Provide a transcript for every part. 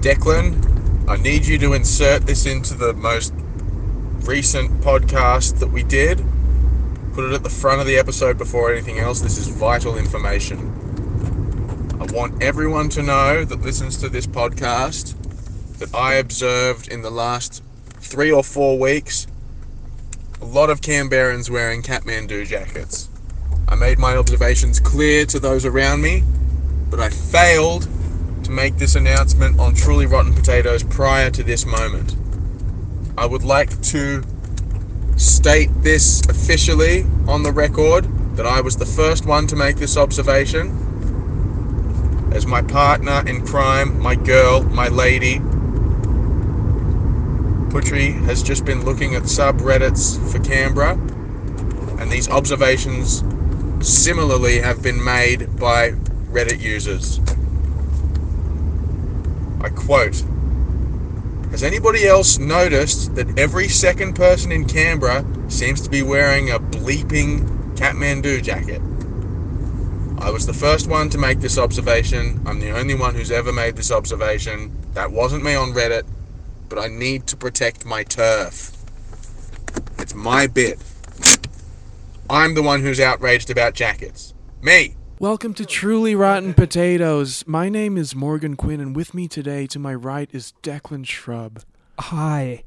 Declan, I need you to insert this into the most recent podcast that we did. Put it at the front of the episode before anything else. This is vital information. I want everyone to know that listens to this podcast that I observed in the last three or four weeks a lot of Canberrans wearing Kathmandu jackets. I made my observations clear to those around me, but I failed to make this announcement on Truly Rotten Potatoes prior to this moment. I would like to state this officially on the record that I was the first one to make this observation. As my partner in crime, my girl, my lady, Putri has just been looking at subreddits for Canberra, and these observations similarly have been made by Reddit users. I quote Has anybody else noticed that every second person in Canberra seems to be wearing a bleeping Kathmandu jacket? I was the first one to make this observation. I'm the only one who's ever made this observation. That wasn't me on Reddit but I need to protect my turf. It's my bit. I'm the one who's outraged about jackets. Me. Welcome to Truly Rotten Potatoes. My name is Morgan Quinn, and with me today to my right is Declan Shrub. Hi.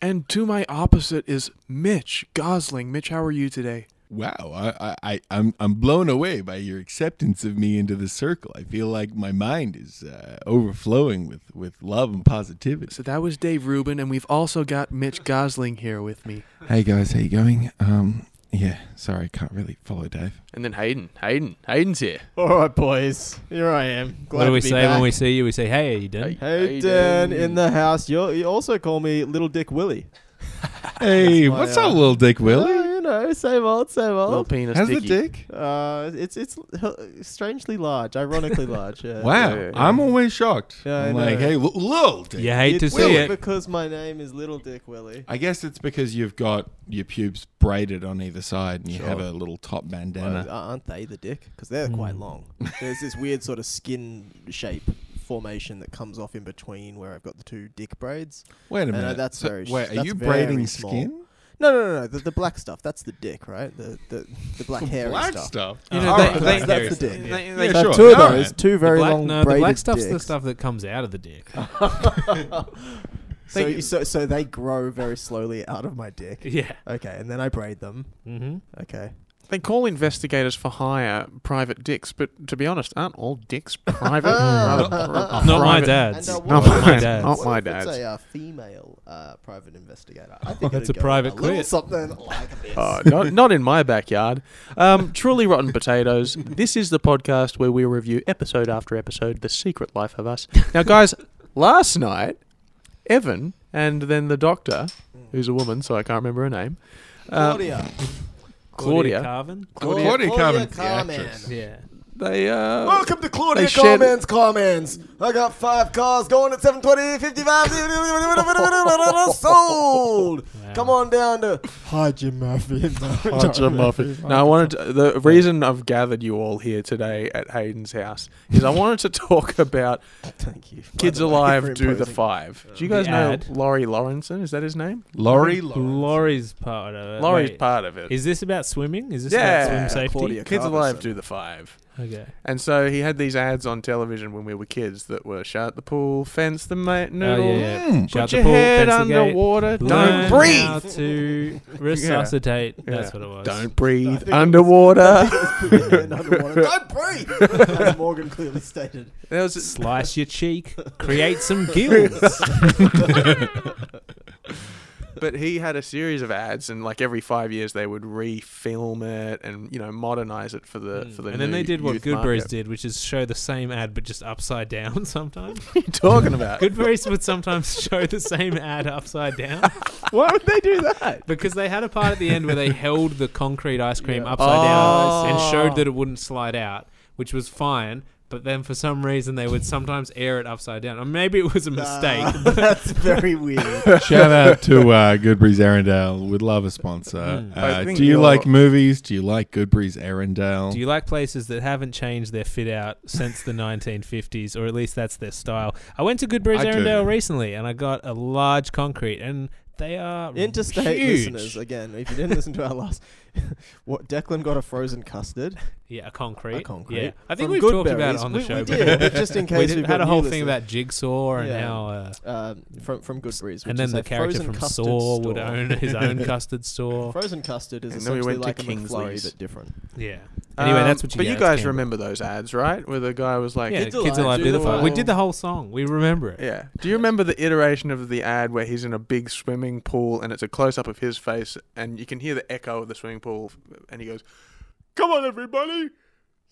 And to my opposite is Mitch Gosling. Mitch, how are you today? Wow, I, I, I'm I'm blown away by your acceptance of me into the circle. I feel like my mind is uh, overflowing with, with love and positivity. So that was Dave Rubin, and we've also got Mitch Gosling here with me. Hey guys, how you going? Um, yeah, sorry, can't really follow Dave. And then Hayden, Hayden, Hayden's here. All right, boys. Here I am. Glad What do we to be say back. when we see you? We say, "Hey, you done?" Hey, Dan, in the house. You're, you also call me Little Dick Willie. Hey, my, what's uh, up, little Dick Willie? Oh, you know, same old, same Little old. penis How's the dicky. dick? Uh, it's it's h- strangely large, ironically large. Yeah. Wow, yeah, yeah. I'm always shocked. Yeah, I I'm like, know. hey, l- little Dick. You hate to It's see weird it. because my name is Little Dick Willie. I guess it's because you've got your pubes braided on either side, and you Sure. have a little top Uh, bandana. aren't they the dick? Because they're Hmm. quite long. There's this weird sort of skin shape formation that comes off in between where I've got the two dick braids. Wait a no, no, minute. Uh, that's So- very sh- wait, are that's you very braiding small. skin? No, no, no, no. The, the black stuff. That's the dick, right? The the, the black hair Black stuff. stuff. You know, All they- right. they- That's- that's that's the the dick. dick. They- Yeah, they- So sure. two of All those, right. two very black, long no, the black braided stuff's the dicks. stuff that comes out of the dick. So, you- so, so they grow very slowly out of my dick. yeah. Okay, and then I braid them. Mm-hmm. Okay. They call investigators for hire private dicks, but to be honest, aren't all dicks private? Rather, pri- Not my private- dad's. And, uh, Not what Not if my it's- dad's. Not what my if dad's. It's a uh, female uh, private investigator. I think That's it'd a go private a little quit. Uh, something like this. Oh, not, not in my backyard. Um, Truly Rotten Potatoes. This is the podcast where we review episode after episode the secret life of us. Now, guys, last night, Evan and then the doctor, who's a woman, so I can't remember her name, uh, Claudia. Claudia. Carvin. Claudia- Claudia Carmen, the Carmen. actress. Yeah. they uh, Welcome to Claudia They shared- Carmen's Comments. I got five cars going at 720, 55, sold. Come on down to Hi Jim Murphy. Hi Jim Murphy. No, I wanted to, the reason I've gathered you all here today at Hayden's house is I wanted to talk about Thank you. by Kids the way, for Alive Do the imposing. Five. Do you guys The know ad. Laurie Lawrenson? Is that his name? Laurie Laurie's part of it. Laurie's Wait, part of it. Is this about swimming? Is this Yeah, about swim safety? Claudia Kids Alive Carbison. Do the Five. Okay. Oh, And so he had these ads on television when we were kids that were shout the pool, fence the mate Oh, noodle, yeah, yeah. Mm. put Shout the your pool, head fence the gate, underwater, learn don't How breathe, to resuscitate. That's Yeah. what it was. don't I breathe think it was- underwater. Underwater. Don't breathe, as Morgan clearly stated. There was Slice your cheek. Create some gills. but he had a series of ads, and like every five years they would refilm it and you know modernize it for the for the. Hmm. and then they new did what youth Goodberries market. did, which is show the same ad but just upside down sometimes. What are you talking about? Goodberries would sometimes show the same ad upside down Why would they do that? because they had a part at the end where they held the concrete ice cream upside down Oh. and showed that it wouldn't slide out, which was fine. but then for some reason they would sometimes air it upside down. Or maybe it was a mistake. Ah, that's very weird. Shout out to uh, Goodbreeze Arendelle. We'd love a sponsor. Mm. Uh, I think do you you're- like movies? Do you like Goodbreeze Arendelle? Do you like places that haven't changed their fit out since the 1950s, or at least that's their style? I went to Goodbrews I do. Arendale recently, and I got a large concrete, and they are Interstate huge. listeners, again, if you didn't listen to our last, what Declan got a frozen custard. Yeah, a concrete. A concrete. Yeah. I think From we've talked Goodberries. about it on the We- show. we but- did, but just in we case did, we've had got a whole new thing listeners. about Jigsaw and Yeah. how. Uh, Um, from from Goodbreeze, and which then is the a character frozen from Saw custard would store. own his own custard store. Frozen custard is And then we essentially went to like a McFlurry Kingsley's. but different. Yeah. Um, Anyway, that's what Um, you But get. you It's guys Campbell. remember those ads, right? Where the guy was like, Yeah, Kids Alive, Kids, Alive do the Beautiful. We whole- did the whole song. We remember it. Yeah. Do you remember the iteration of the ad where he's in a big swimming pool and it's a close up of his face and you can hear the echo of the swimming pool and he goes, Come on, everybody,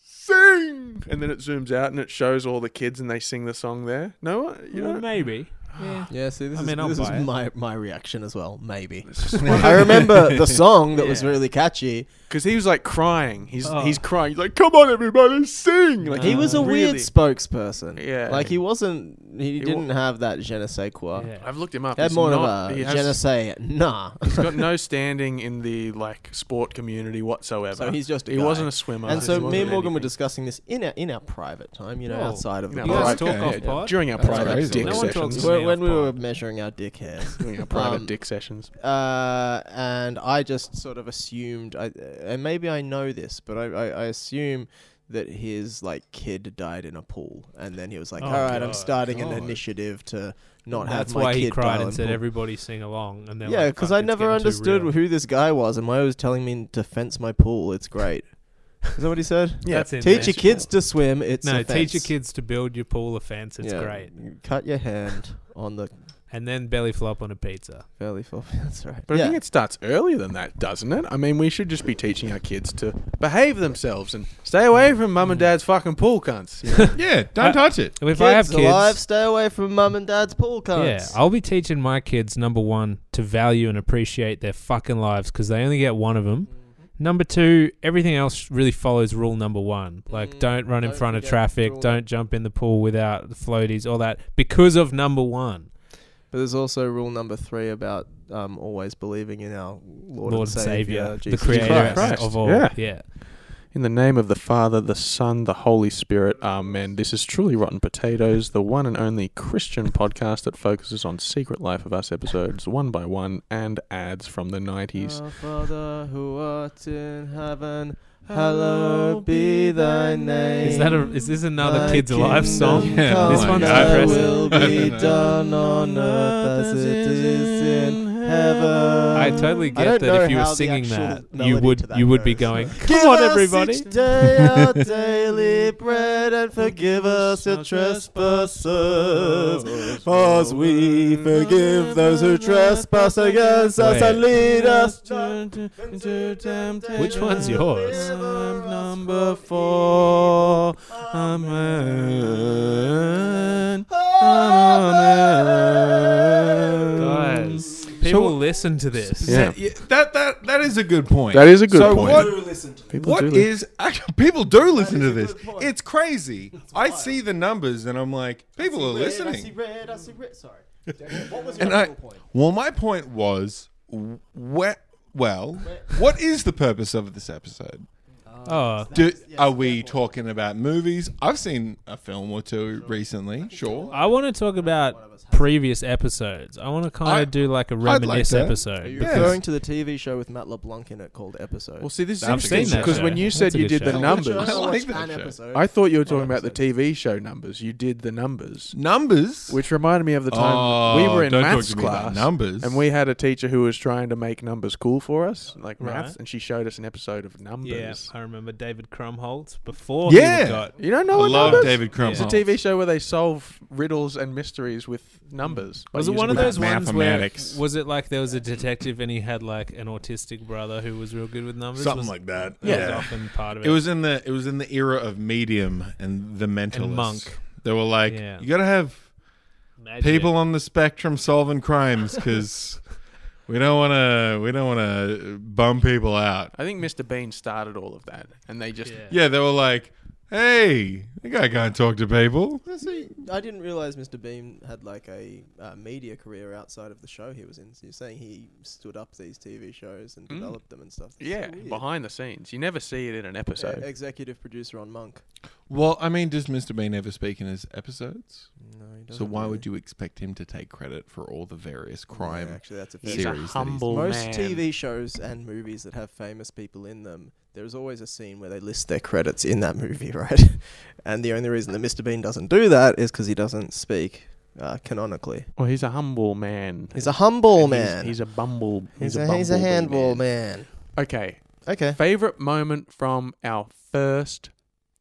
sing! And then it zooms out and it shows all the kids and they sing the song there. No, uh, you Well, know, Mm, maybe. Yeah. Yeah, see, this I is, mean, I'll this is buy it. my my reaction as well. Maybe I remember the song that was Yeah. really catchy. because he was like crying. He's Oh. he's crying. He's like, "Come on, everybody, sing!" Like He was a weird really- spokesperson. Yeah. Like he wasn't. He, wa- didn't have that je ne sais quoi. Yeah. I've looked him up. He had He's more not- of a he je has- ne sais nah. he's got no standing in the like sport community whatsoever. So he's just a he guy. wasn't a swimmer. And so he me wasn't and Morgan were anything. discussing this in our in our private time, you know, Oh. outside of the Yeah, You All podcast. right, guys talk yeah, off yeah. pod? during our That's private crazy. dick No one talks sessions. to me. when, when we Yeah, were pod. measuring our dick hairs. Doing our private Um, dick sessions. uh, and I just sort of assumed, I, uh, and maybe I know this, but I, I, I assume that his like kid died in a pool, and then he was like, Oh, "All right, I'm God. starting an God. initiative to not That's have my why kid he cried die and in said, pool." "Everybody sing along." And they're Yeah, because because I never understood who this guy was, and why he was telling me to fence my pool. It's great. Is that what he said? Yeah, That's it. Teach your kids to swim. It's No, a teach your fence. kids to build your pool of fence. It's Yeah. great. Cut your hand on the And then belly flop on a pizza. fairly full. That's right. But I yeah. think it starts earlier than that, doesn't it? I mean, we should just be teaching our kids to behave themselves and stay away from mum and Mm. dad's fucking pool cunts. yeah, don't I- touch it. If I have kids, alive, stay away from mum and dad's pool yeah, cards. I'll be teaching my kids number one to value and appreciate their fucking lives because they only get one of them. Mm-hmm. Number two, everything else really follows rule number one. Like, Mm, don't run in don't front of forget traffic, rule- don't jump in the pool without the floaties, all that, because of number one. But there's also rule number three about um, always believing in our Lord, and Lord, Savior, Savior, the Jesus Creator Christ. of all. Yeah. yeah. In the name of the Father, the Son, the Holy Spirit, Amen. This is truly Rotten Potatoes, the one and only Christian podcast that focuses on Secret Life of Us episodes one by one and ads from the 90s. Uh, Our Father who art in heaven, hallowed be thy name. Is that a? Is this another Thy Kids Alive kingdom song? Yeah, come, This one's thy depressing. will be No. done on earth as it is in heaven. I totally I get don't that if know you were how the singing actual that, you melody would to that you would be goes. going, Give "Come on, us everybody!" each day our daily bread and forgive us our trespasses, as we forgive those who trespass against us and Wait. lead us not into temptation. Which one's yours? Deliver us Number from four. evil. Amen. Amen. Guys, people listen to this. Yeah. Yeah, that that that is a good point. That is a good so point. What, People what do li- is actually people do listen to is a this? good point. It's crazy. I see the numbers and I'm like, people are listening. red, I see red. Sorry. What was And I, well, my point was, wh- well, what is the purpose of this episode? Oh, Do, are we talking about movies? I've seen a film or two recently. Sure. I want to talk about previous episodes. I want to kind I- of do like a like reminisce that. episode. you- because- Referring to the TV show with Matt LeBlanc in it called Episode. Well, see, this is I've seen interesting that because show. when you That's said a you good did show. the I numbers, I like that show. I thought you were talking about the TV show numbers. You did the numbers, Numbers. which reminded me of the time we Oh, were in don't talk maths to me about class. numbers. And we had a teacher who was trying to make numbers cool for us, like Right. maths, and she showed us an episode of yeah, numbers. I remember David Crumholtz before Yeah. he got. You don't know I what love numbers? David Crumholtz. It's Oh. a TV show where they solve riddles and mysteries with numbers. by Was it using one of math. those ones where mathematics. was it like there was a detective and he had like an autistic brother who was real good with numbers? Something Was- like that. that was often part of it. It was in the it was in the era of Medium and the Mentalist. Monk. They were like, Yeah. you gotta have Magic. people on the spectrum solving crimes because we don't want to we don't want to bum people out. I think Mr. Bean started all of that, and they just Yeah. Yeah, they were like, Hey, that guy can't talk to people. I didn't realize Mr. Beam had like a uh, media career outside of the show he was in. So you're saying he stood up these TV shows and Mm. developed them and stuff. That's so Yeah, weird. behind the scenes. You never see it in an Uh, episode. executive producer on Monk. Well, I mean, does Mr. Bean ever speak in his episodes? No, he doesn't. So why would you expect him to take credit for all the various crime? actually, that's a fair He's a Series that he's- humble Most man. TV shows and movies that have famous people in them, there's always a scene where they list their credits in that movie, right? and the only reason that Mr. Bean doesn't do that is because he doesn't speak uh, canonically. Oh, Well, he's a humble man. He's a humble And he's- man. He's, a bumble. He's He's, a, he's a bumblebee handball man. Okay. Okay. Favorite moment from our first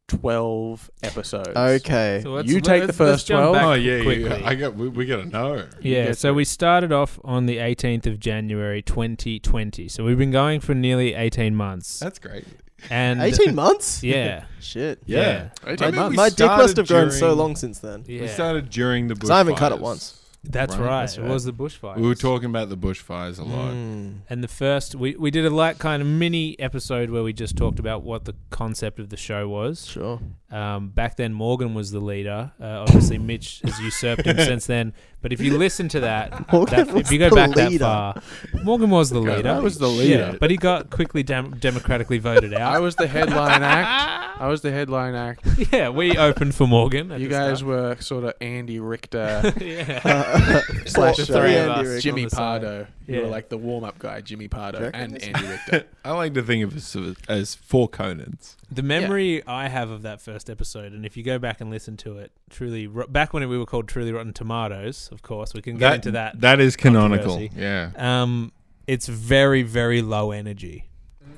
twelve episodes. Okay. So let's- You take the let's- first let's jump 12. back Oh yeah, yeah, quickly. yeah, I got. We, we gotta know. Yeah, Yes, so sir. we started off on the 18th of January 2020. So we've been going for nearly 18 months. That's great. And 18 months? Yeah. Shit. Yeah. Eighteen I mean, months. we My dick must started have grown so during- long since then. Yeah. We started during the 'Cause I haven't cut it bushfires. once. that's, Right, right. that's It right. was the bushfire. We were talking about the bushfires a lot. Mm. And the first, we, we did a like kind of mini episode where we just talked about what the concept of the show was. Sure. Um, back then, Morgan was the leader. Uh, obviously, Mitch has usurped him since then. But if you listen to that, Morgan that if was you go the back leader. that far, Morgan was the Okay, leader. that was the Yeah, leader. but he got quickly dem- democratically voted out. I was the headline act. I was the headline act. yeah, we opened for Morgan. at You the guys start. were sort of Andy Richter yeah. Uh, slash Poor the show. three of Andy us, Richter. Jimmy on the side. Pardo. You were Yeah. like the warm-up guy, Jimmy Do you Pardo, reckon and this- Andy Mm. Richter. I like to think of us as- as four Conans. The memory I have of that first episode, and if you go back and listen to it, truly ro- back when we were called Truly Rotten Tomatoes, of course, we can get into that. That is canonical. controversy. Yeah. Um, it's very, very low energy.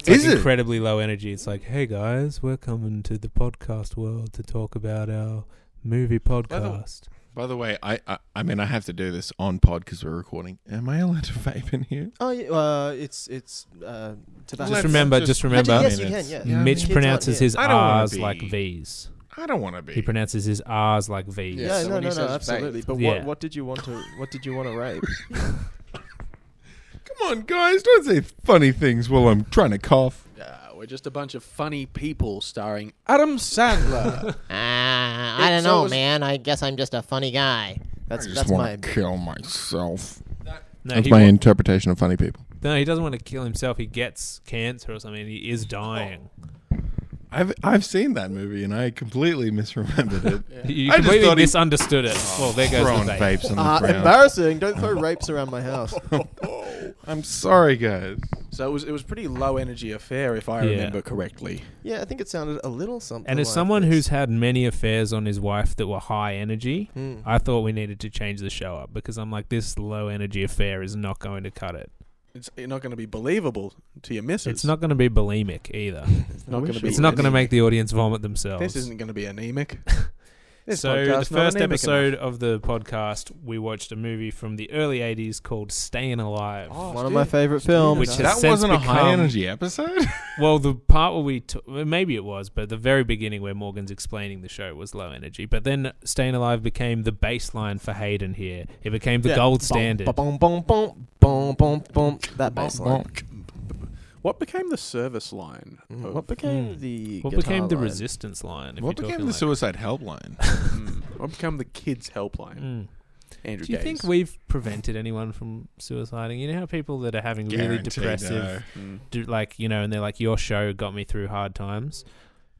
It's Is like it? incredibly low energy? It's like, hey guys, we're coming to the podcast world to talk about our movie podcast. By the way, I, I I mean I have to do this on pod because we're recording. Am I allowed to vape in here? Oh, yeah, uh, it's it's uh, tobacco. Just Let's remember, just- just remember, Actually, yes, you Minutes. can. Yeah. Yeah, I mean, Mitch Kids pronounces aren't here. his I don't wanna R's be- like V's. I don't want to He be. pronounces his R's like V's. Yeah, so when no, no, he no, says absolutely. vape- But what, Yeah. what did you want to? What did you want to rape? Come on, guys, don't say funny things while I'm trying to cough. Ah, we're just a bunch of funny people starring Adam Sandler. Ah, I It's don't know, always- man. I guess I'm just a funny guy. That's I that's just my. want to kill myself. No, That's he my wa- interpretation of funny people. No, he doesn't want to kill himself. He gets cancer or something. He is dying. I've I've seen that movie and I completely misremembered it. You I just completely thought he- misunderstood it. well, there goes Throwing the vape. vapes on the Ah, ground. embarrassing! Don't throw rapes around my house. I'm sorry, guys. So it was it was pretty low energy affair, if I Yeah. remember correctly. Yeah, I think it sounded a little something. And as like someone this. who's had many affairs on his wife that were high energy, Hmm. I thought we needed to change the show up because I'm like, this low energy affair is not going to cut it. It's you're not going to be believable to your missus. It's not going to be bulimic either. It's not going to be. it's not going to anemic. make the audience vomit themselves. This isn't going to be anemic. This so the podcast's not first anemic episode of the podcast, we watched a movie from the early '80s called "Staying Alive." Oh. enough. one of my favorite films. Which has That since wasn't a high become- energy episode. Well, the part where we t- well, maybe it was, but the very beginning where Morgan's explaining the show was low energy. But then "Staying Alive" became the baseline for Hayden here. It became the Yeah. gold Bum, standard. Bum, bum, bum, bum, bum, bum, That Bum, bass line. What became the service line? Mm, of- What became Hmm. the? what guitar became the line? resistance line? If what you're became the talking like- suicide helpline? mm, Hmm. what became the kids' helpline? Mm. Andrew Do you think Gaze. we've prevented anyone from suiciding? You know how people that are having really Guaranteed, depressive, Mm. do, like you know, and they're like, "Your show got me through hard times."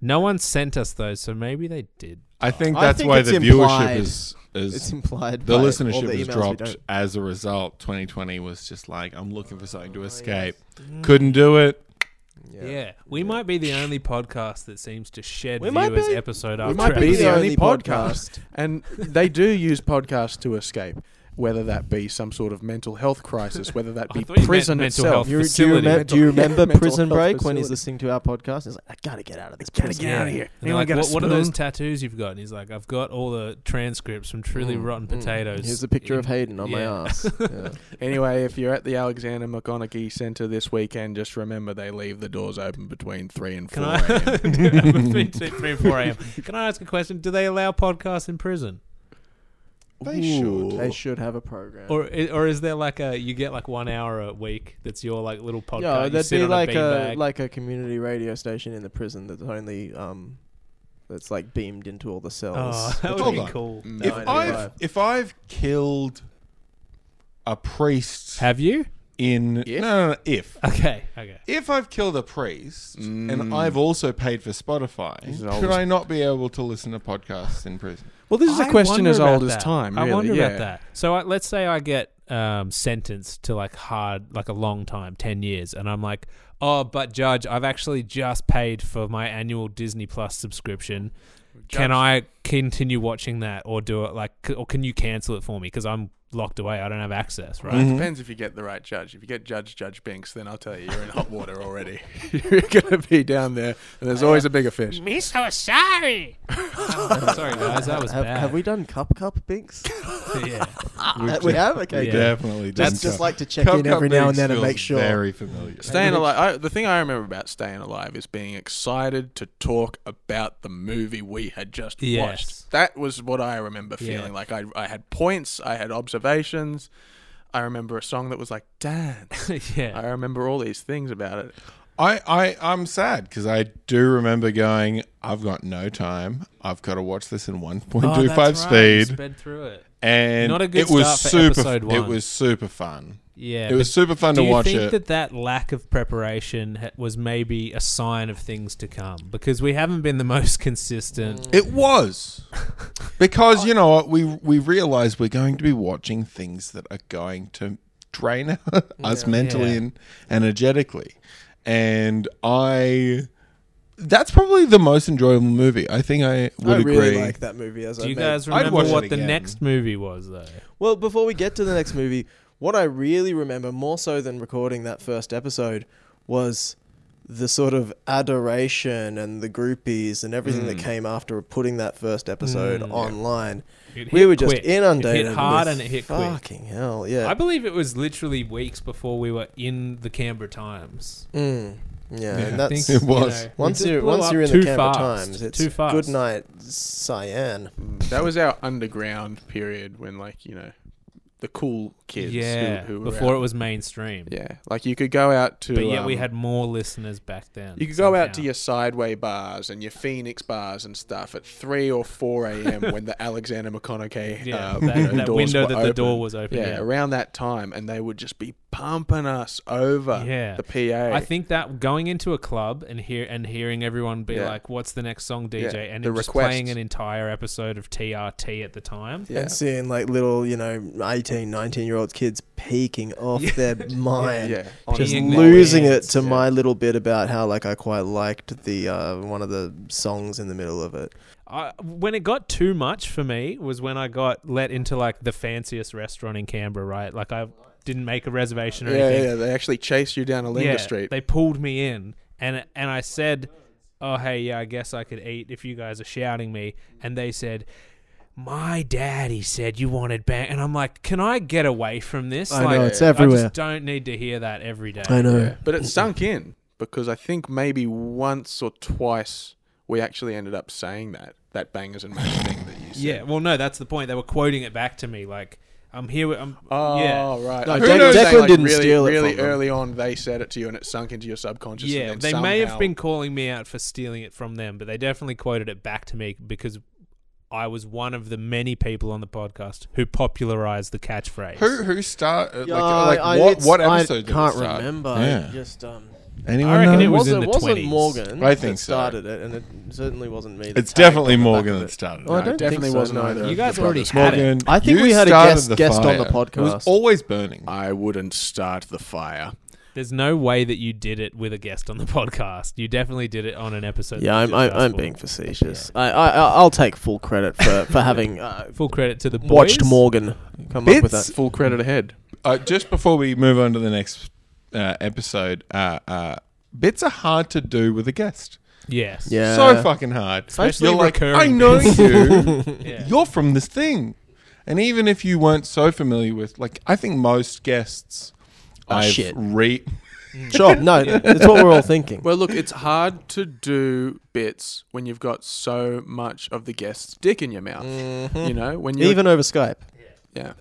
No one sent us those, so maybe they did. I think I that's think why it's the implied. viewership is It's is implied. the by all listenership the has emails we dropped don't- as a result. 2020 was just like I'm looking for something Oh, to yes. escape. Mm. Couldn't do it. Yeah, we might be the only podcast that seems to shed We might viewers be. episode We after might be episode. the only podcast. And they do use podcasts to escape, whether that be some sort of mental health crisis, whether that I be thought you meant prison mental itself. health You- do, you facility. remem- do you remember Mental Prison health Break when he's facility. listening to our podcast? He's like, I gotta get out of this. Gotta prison. get out of here. And they're like, got a what, what are those spoon?" tattoos you've got? And he's like, I've got all the transcripts from Truly Mm, Rotten mm. Potatoes. Here's a picture of Hayden on my Yeah. ass. Yeah. Anyway, if you're at the Alexander McConaughey Center this weekend, just remember they leave the doors open between 3 and 4 Can I a.m. between two- three and four a.m. Can I ask a question? Do they allow podcasts in prison, They should. They should have a program. or i- or is there like a you get like one hour a week that's your like little podcast? yeah, you there'd sit be on like a a, beanbag. like a community radio station in the prison that's only um, that's like beamed into all the cells. Oh, Hold that would on. Mm. be cool. No, If I don't I've know. if I've killed a priest Have you? in If? no, no no if Okay. Okay. if I've killed a priest Mm. and I've also paid for Spotify, This is should old as- I not be able to listen to podcasts in prison? Well, this is a I question wonder as about old as that. time. Really. I wonder yeah. about that. So I, let's say I get um, sentenced to like hard, like a long time, ten years, and I'm like, oh, but judge, I've actually just paid for my annual Disney Plus subscription. Can I continue watching that, or do it like, c- or can you cancel it for me because I'm locked away? I don't have access, right? Mm-hmm. It depends if you get the right judge. If you get Judge Judge Binks, then I'll tell you you're in hot water already. you're gonna be down there, and uh, there's always a bigger fish. Me so sorry. Sorry, guys, that was have, bad. have we done cup cup binks? yeah. Uh, we have. Okay, Yeah. good. Definitely. That's doesn't just count. like to check in Cup every now and Cupcakes then and feels make sure. Very familiar. Staying alive. I, the thing I remember about staying alive is being excited to talk about the movie we had just Yes. watched. That was what I remember feeling Yeah. like. I I had points. I had observations. I remember a song that was like dance. yeah. I remember all these things about it. I, I, I'm sad because I do remember going, I've got no time. I've got to watch this in Oh, 1.25 speed. Sped through it. And Not a good it was start for super episode one. It was super fun. Yeah. it was super fun Do to you watch think it. that that lack of preparation ha- was maybe a sign of things to come? Because we haven't been the most consistent. it was. because you know what, we we realize we're going to be watching things that are going to drain us mentally Yeah. and energetically. And I that's probably the most enjoyable movie. I think I would I really agree. like that movie. As Do I you made- guys I'd remember watch it what the again. next movie was, though? Well, before we get to the next movie, what I really remember more so than recording that first episode was the sort of adoration and the groupies and everything Mm. that came after putting that first episode online. It We hit were just quick. inundated. It hit hard with and it hit quick. fucking hell, yeah. I believe it was literally weeks before we were in the Canberra Times. Mm, yeah, Yeah. and I think, that's It was. we once just you blew once up you're in too the Canberra fast, Times, it's too fast. good night, Cyan. Mm. That was our underground period when, like, you know, the cool kids. who- Yeah, who, were before out- it was mainstream. Yeah, like you could go out to. But yet we um, had more listeners back then. You could go out to somehow. your sideway bars and your Phoenix bars and stuff at three or four a.m. when the Alexander McConaughey yeah, uh, that, that doors window were that the door open. was open. Yeah, around that time, and they would just be pumping us over. Yeah. the PA. I think that going into a club and hear and hearing everyone be Yeah. like, "What's the next song, DJ?" Yeah, and the it just requests. playing an entire episode of TRT at the time. Yeah. And seeing like little, you know, 18, 19 year old kids peeking off their mind. yeah, just Peeing honestly. their losing it pants, to yeah. my little bit about how like I quite liked the uh, one of the songs in the middle of it. I, when it got too much for me was when I got let into like the fanciest restaurant in Canberra. Right, like I didn't make a reservation or Yeah, anything. yeah, they actually chase you down a Linda Yeah, Street. They pulled me in, and and I said, "Oh hey, yeah, I guess I could eat if you guys are shouting me." And they said. My daddy said you wanted bang, and I'm like, can I get away from this? I know, like, it's everywhere. I just don't need to hear that every day. know. Yeah, But it sunk in because I think maybe once or twice we actually ended up saying that that bangers and mash thing that you said. Yeah, well, no, that's the point. They were quoting it back to me, like, "I'm here." with- I'm, Oh yeah, right. No, I Declan- think you're saying, Declan didn't really, steal it Really from them. early on, they said it to you, and it sunk into your subconscious. and yeah. then They may have somehow- been calling me out for stealing it from them, but they definitely quoted it back to me because I was one of the many people on the podcast who popularized the catchphrase. Who who start like, uh, like what what episode? did it can't start? remember. Yeah. Just um, Anyone I reckon know? it was wasn't- in the wasn't 20s. Morgan. I think that so. started it, and it certainly wasn't me. that It's tagged definitely on the back Morgan of it. that started. Oh, I it. don't it definitely think so, wasn't no. Uh, either. You of guys the already brothers. had it. Morgan, I think you we had a started guest- the guest on the fire. It was podcast. always burning. I wouldn't start the fire. There's no way that you did it with a guest on the podcast. You definitely did it on an episode. Yeah, that I'm just I'm, asked I'm for. being facetious. I I I- I'll take full credit for for having uh, Full credit to the boys. watched Morgan come up with Bits that. Full credit ahead. Uh, just before we move on to the next uh, episode, uh, uh, bits are hard to do with a guest. Yes. Yeah. so fucking hard. Especially You're like, recurring I know bits." you. Yeah. You're from this thing, and even if you weren't so familiar with, like, I think most guests, Oh, I've shit. re. Sure, no, it's what we're all thinking. Well, look, it's hard to do bits when you've got so much of the guest's dick in your mouth. You know, when you Even over Skype. yeah,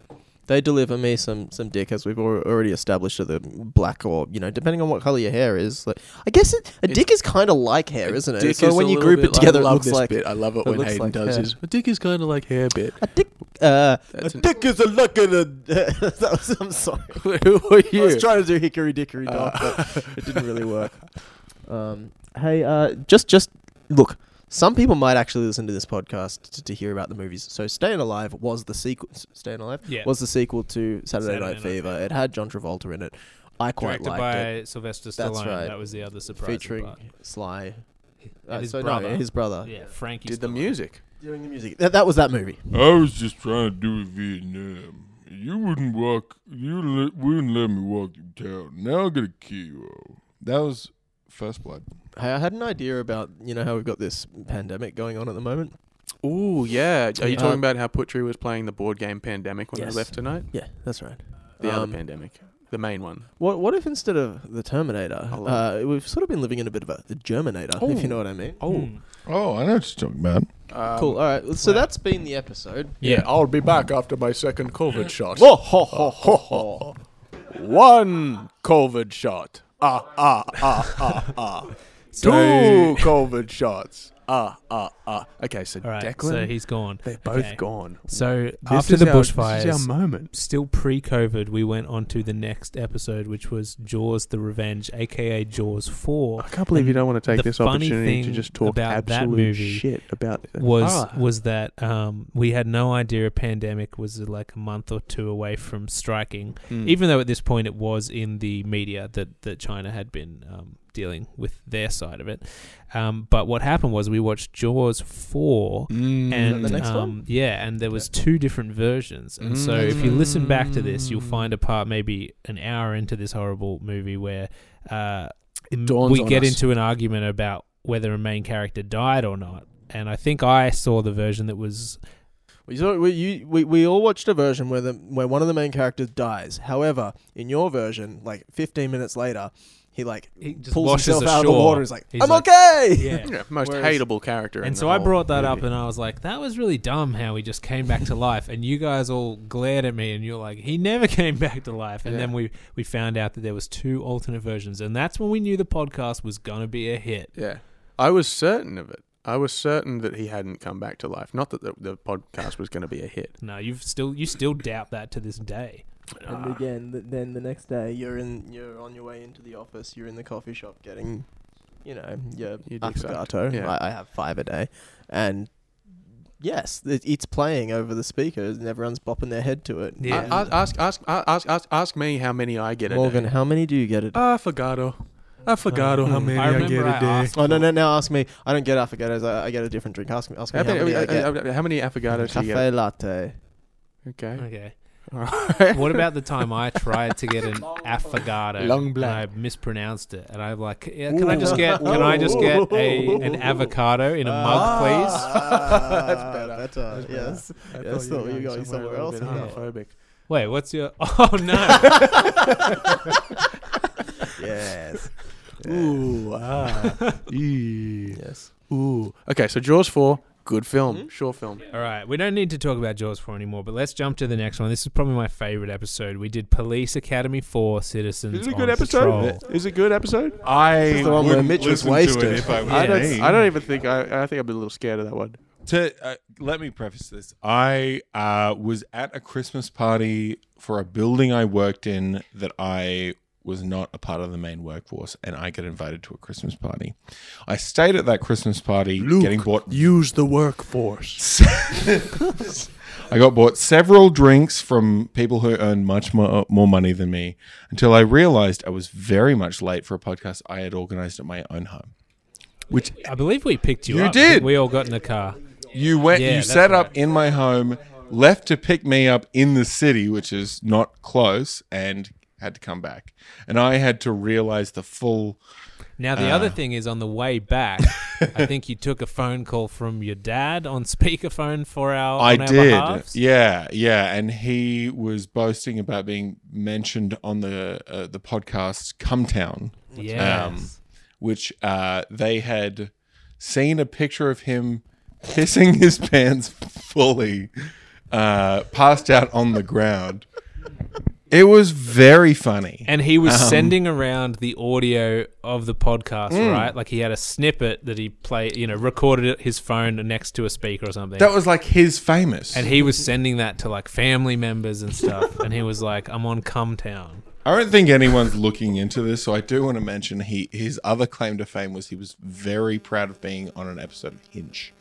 They deliver me some some dick, as we've al- already established, of the black or you know, depending on what color your hair is. Like, I guess it, a It's- dick is kind of like hair, isn't it? Dick so is when a you little group bit it together, I it love looks this like bit. I love it it when looks Hayden like does hair. his. My dick is kind of like hair bit. a dick. Uh, That's a an- dick is a look at a. that was, I'm sorry. Who are you? Uh. I was trying to do hickory dickory dock, but it didn't really work. Um, hey, uh, just just look. Some people might actually listen to this podcast to, to hear about the movies. So, Staying Alive was the sequel. S- Staying Alive Yeah. was the sequel to Saturday, Saturday Night, Night Fever. It had John Travolta in it. I quite Directed liked by it. Sylvester Stallone. That's right. That was the other surprise. Featuring Sly. Uh, his so no, brother. his brother. yeah, Frankie Did the Stallone. music. Doing the music. That, that was that movie. I was just trying to do it Vietnam. You wouldn't walk. You le- wouldn't let me walk your town. Now I'm gonna kill you. all. That was First Blood. Hey, I had an idea about, you know, how we've got this pandemic going on at the moment. Ooh, yeah. Are you Uh, talking about how Putri was playing the board game Pandemic when Yes. I left tonight? Yeah, that's right. The Um, other pandemic, the main one. What What if instead of the Terminator, I uh, love we've sort of been living in a bit of a a Germinator, if you Oh. know what I mean? Oh, Hmm. Oh, I know what you're talking about. um, cool. All right. So wow. that's been the episode. Yeah, I'll be back after my second COVID shot. Whoa, ho, ho, ho, ho. One COVID shot. Ah, ah, ah, ah, ah. Two COVID shots. Ah, ah, ah. Okay, so All right, Declan, so he's gone. they're both Okay. gone. So This after is the our- bushfires, This is our moment. still pre-COVID, we went on to the next episode, which was Jaws: The Revenge, aka Jaws Four. I can't believe you don't want to take the this funny opportunity to thing just talk about that absolute movie shit about it. Was Ah. was that um, we had no idea a pandemic was like a month or two away from striking, Mm. even though at this point it was in the media that that China had been um, dealing with their side of it. Um, but what happened was we watched Jaws Four. Mm. and the next um, one? yeah, and there was two different versions. And so if you listen back to this, you'll Mm. find a part maybe an hour into this horrible movie where uh, m- dawns we on get us. into an argument about whether a main character died or not. And I think I saw the version that was We, saw, we, you, we, we all watched a version where, the, where one of the main characters dies. However, in your version, like 15 minutes later, he like he just pulls washes himself out of the ashore. water. He's like, He's I'm like- okay. Yeah. Yeah, most Whereas- hateable character. in And the so I whole brought that up movie. and I was like, that was really dumb how he just came back to life. And you guys all glared at me and you're like, he never came back to life. And Yeah. then we, we found out that there was two alternate versions. And that's when we knew the podcast was going to be a hit. Yeah. I was certain of it. I was certain that he hadn't come back to life. Not that the, the podcast was going to be a hit. No, you've still, you still doubt that to this day. And again, th- then the next day, you're in, you're on your way into the office. You're in the coffee shop getting, you know, your Your dick sucked. affogato. Yeah. I, I have five a day, and yes, it, it's playing over the speakers, and everyone's bopping their head to it. Yeah. A- a- ask, ask, a- ask, ask, ask me how many I get a Morgan, day. how many do you get a day? I forgot. oh. I forgot oh, how Hmm. many Mm. I I, remember get a I day. asked Oh no no no! Ask me. I don't get affogatos. I, I get a different drink. Ask me. Ask me How how, many many, uh, I get. how many affogatos do you get? Cafe latte. Okay. Okay. Alright. What about the time I tried to get an affogato? Long and black. I mispronounced it. And I'm like, yeah, can I just get, can I just get a, an avocado in a Ah. Ah. mug, please? that's better. Better. Yes. I Yeah, that's thought not what you were you going got somewhere a little else. bit homophobic. Wait, what's your? Oh no! yes. Ooh, ah. Eee. Yes. Ooh. Okay, so Jaws 4, good film. Mm-hmm. Sure film. All right, we don't need to talk about Jaws four anymore, but let's jump to the next one. This is probably my favorite episode. We did Police Academy four, Citizens. Is it a on good episode? Patrol. Is it a good episode? I the one where wouldn't Mitch was listen To wasted. it if I was I don't. me. I don't even think. I. I think I'm a little scared of that one. to uh, let me preface this i uh, was at a christmas party for a building i worked in that i was not a part of the main workforce and i got invited to a christmas party i stayed at that christmas party getting bought Use the workforce. i got bought several drinks from people who earned much more, more money than me until i realized i was very much late for a podcast i had organized at my own home which I believe we picked you, You up. I did. think We all got in the car. You went. Yeah, you that's set right. up in my home, left to pick me up in the city, which is not close, and had to come back. And I had to realize the full. Now the Ah. other thing is, on the way back, I think you took a phone call from your dad on speakerphone for our. I on our did. behalves. Yeah, yeah. And he was boasting about being mentioned on the uh, the podcast Come Town, Yes. Um, which uh, they had seen a picture of him pissing his pants fully, uh, passed out on the ground. It was very funny. And he was Um, Hmm. sending around the audio of the podcast, right? Like he had a snippet that he played, you know, recorded it his phone next to a speaker or something. that was like his famous. and he was sending that to like family members and stuff. and he was like, I'm on Cumtown. I don't think anyone's looking into this, so I do want to mention he his other claim to fame was he was very proud of being on an episode of Hinch,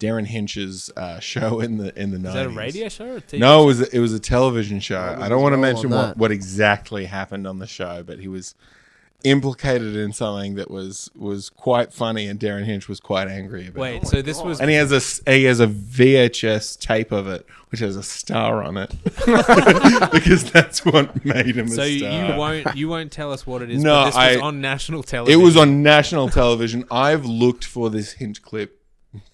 Darren Hinch's uh, show in the in the Is nineties. that a radio Oh, show or a TV No, it was it was a television show. I don't want to roll mention on what, that. what exactly happened on the show, but he was implicated in something that was was quite funny, and Darren Hinch was quite angry about. Wait, it. so this was And he has a s- he has a VHS tape of it, which has a star on it, because that's what made him. so a you star. you won't you won't tell us what it is. No, but this was I- on national It television. was on national television. I've looked for this hint clip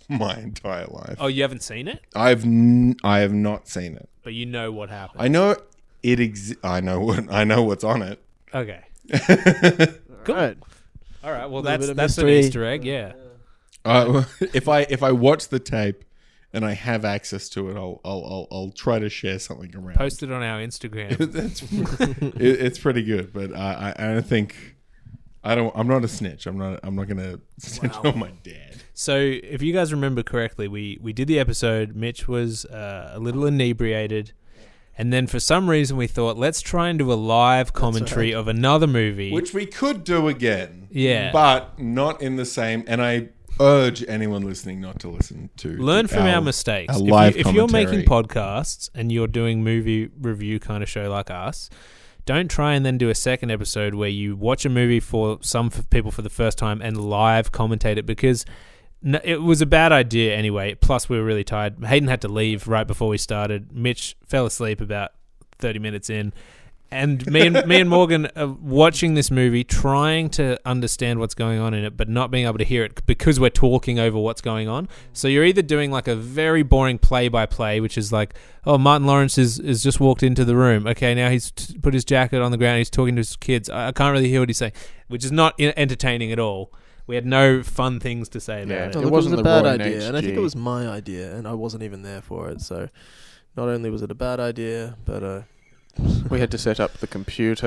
my entire life. Oh, you haven't seen it, I've n- I have not seen it. but you know what happened. I know it exists. I know what I know what's on it. okay. Cool. All right. Little Well, that's bit of that's an mystery. Easter egg. Yeah. Uh, if I if I watch the tape and I have access to it, I'll I'll I'll, I'll try to share something around. Post it on our Instagram. That's it, it's pretty good, but I I, I don't think. I don't. I'm not a snitch. I'm not. I'm not gonna snitch on my dad. So, if you guys remember correctly, we we did the episode. Mitch was uh, a little inebriated, and then for some reason we thought let's try and do a live commentary of another movie. which we could do again. Yeah. but not in the same. And I urge anyone listening not to listen to Learn the- from our, mistakes. our if, you, live if you're making commentary. podcasts and you're doing movie review kind of show like us, don't try and then do a second episode where you watch a movie for some f- people for the first time and live commentate it because n it was a bad idea anyway. Plus, we were really tired. Hayden had to leave right before we started. Mitch fell asleep about 30 minutes in. And me and me and Morgan are watching this movie, trying to understand what's going on in it, but not being able to hear it because we're talking over what's going on. So you're either doing like a very boring play-by-play, which is like, oh, Martin Lawrence is is just walked into the room. Okay, now he's t- put his jacket on the ground. He's talking to his kids. I, I can't really hear what he's saying, which is not en- entertaining at all. We had no fun things to say about Yeah. It it. it, was wasn't a the bad Roy idea, and I think it HG. was my idea, and I wasn't even there for it. So, not only was it a bad idea, but uh, We had to set up the computer.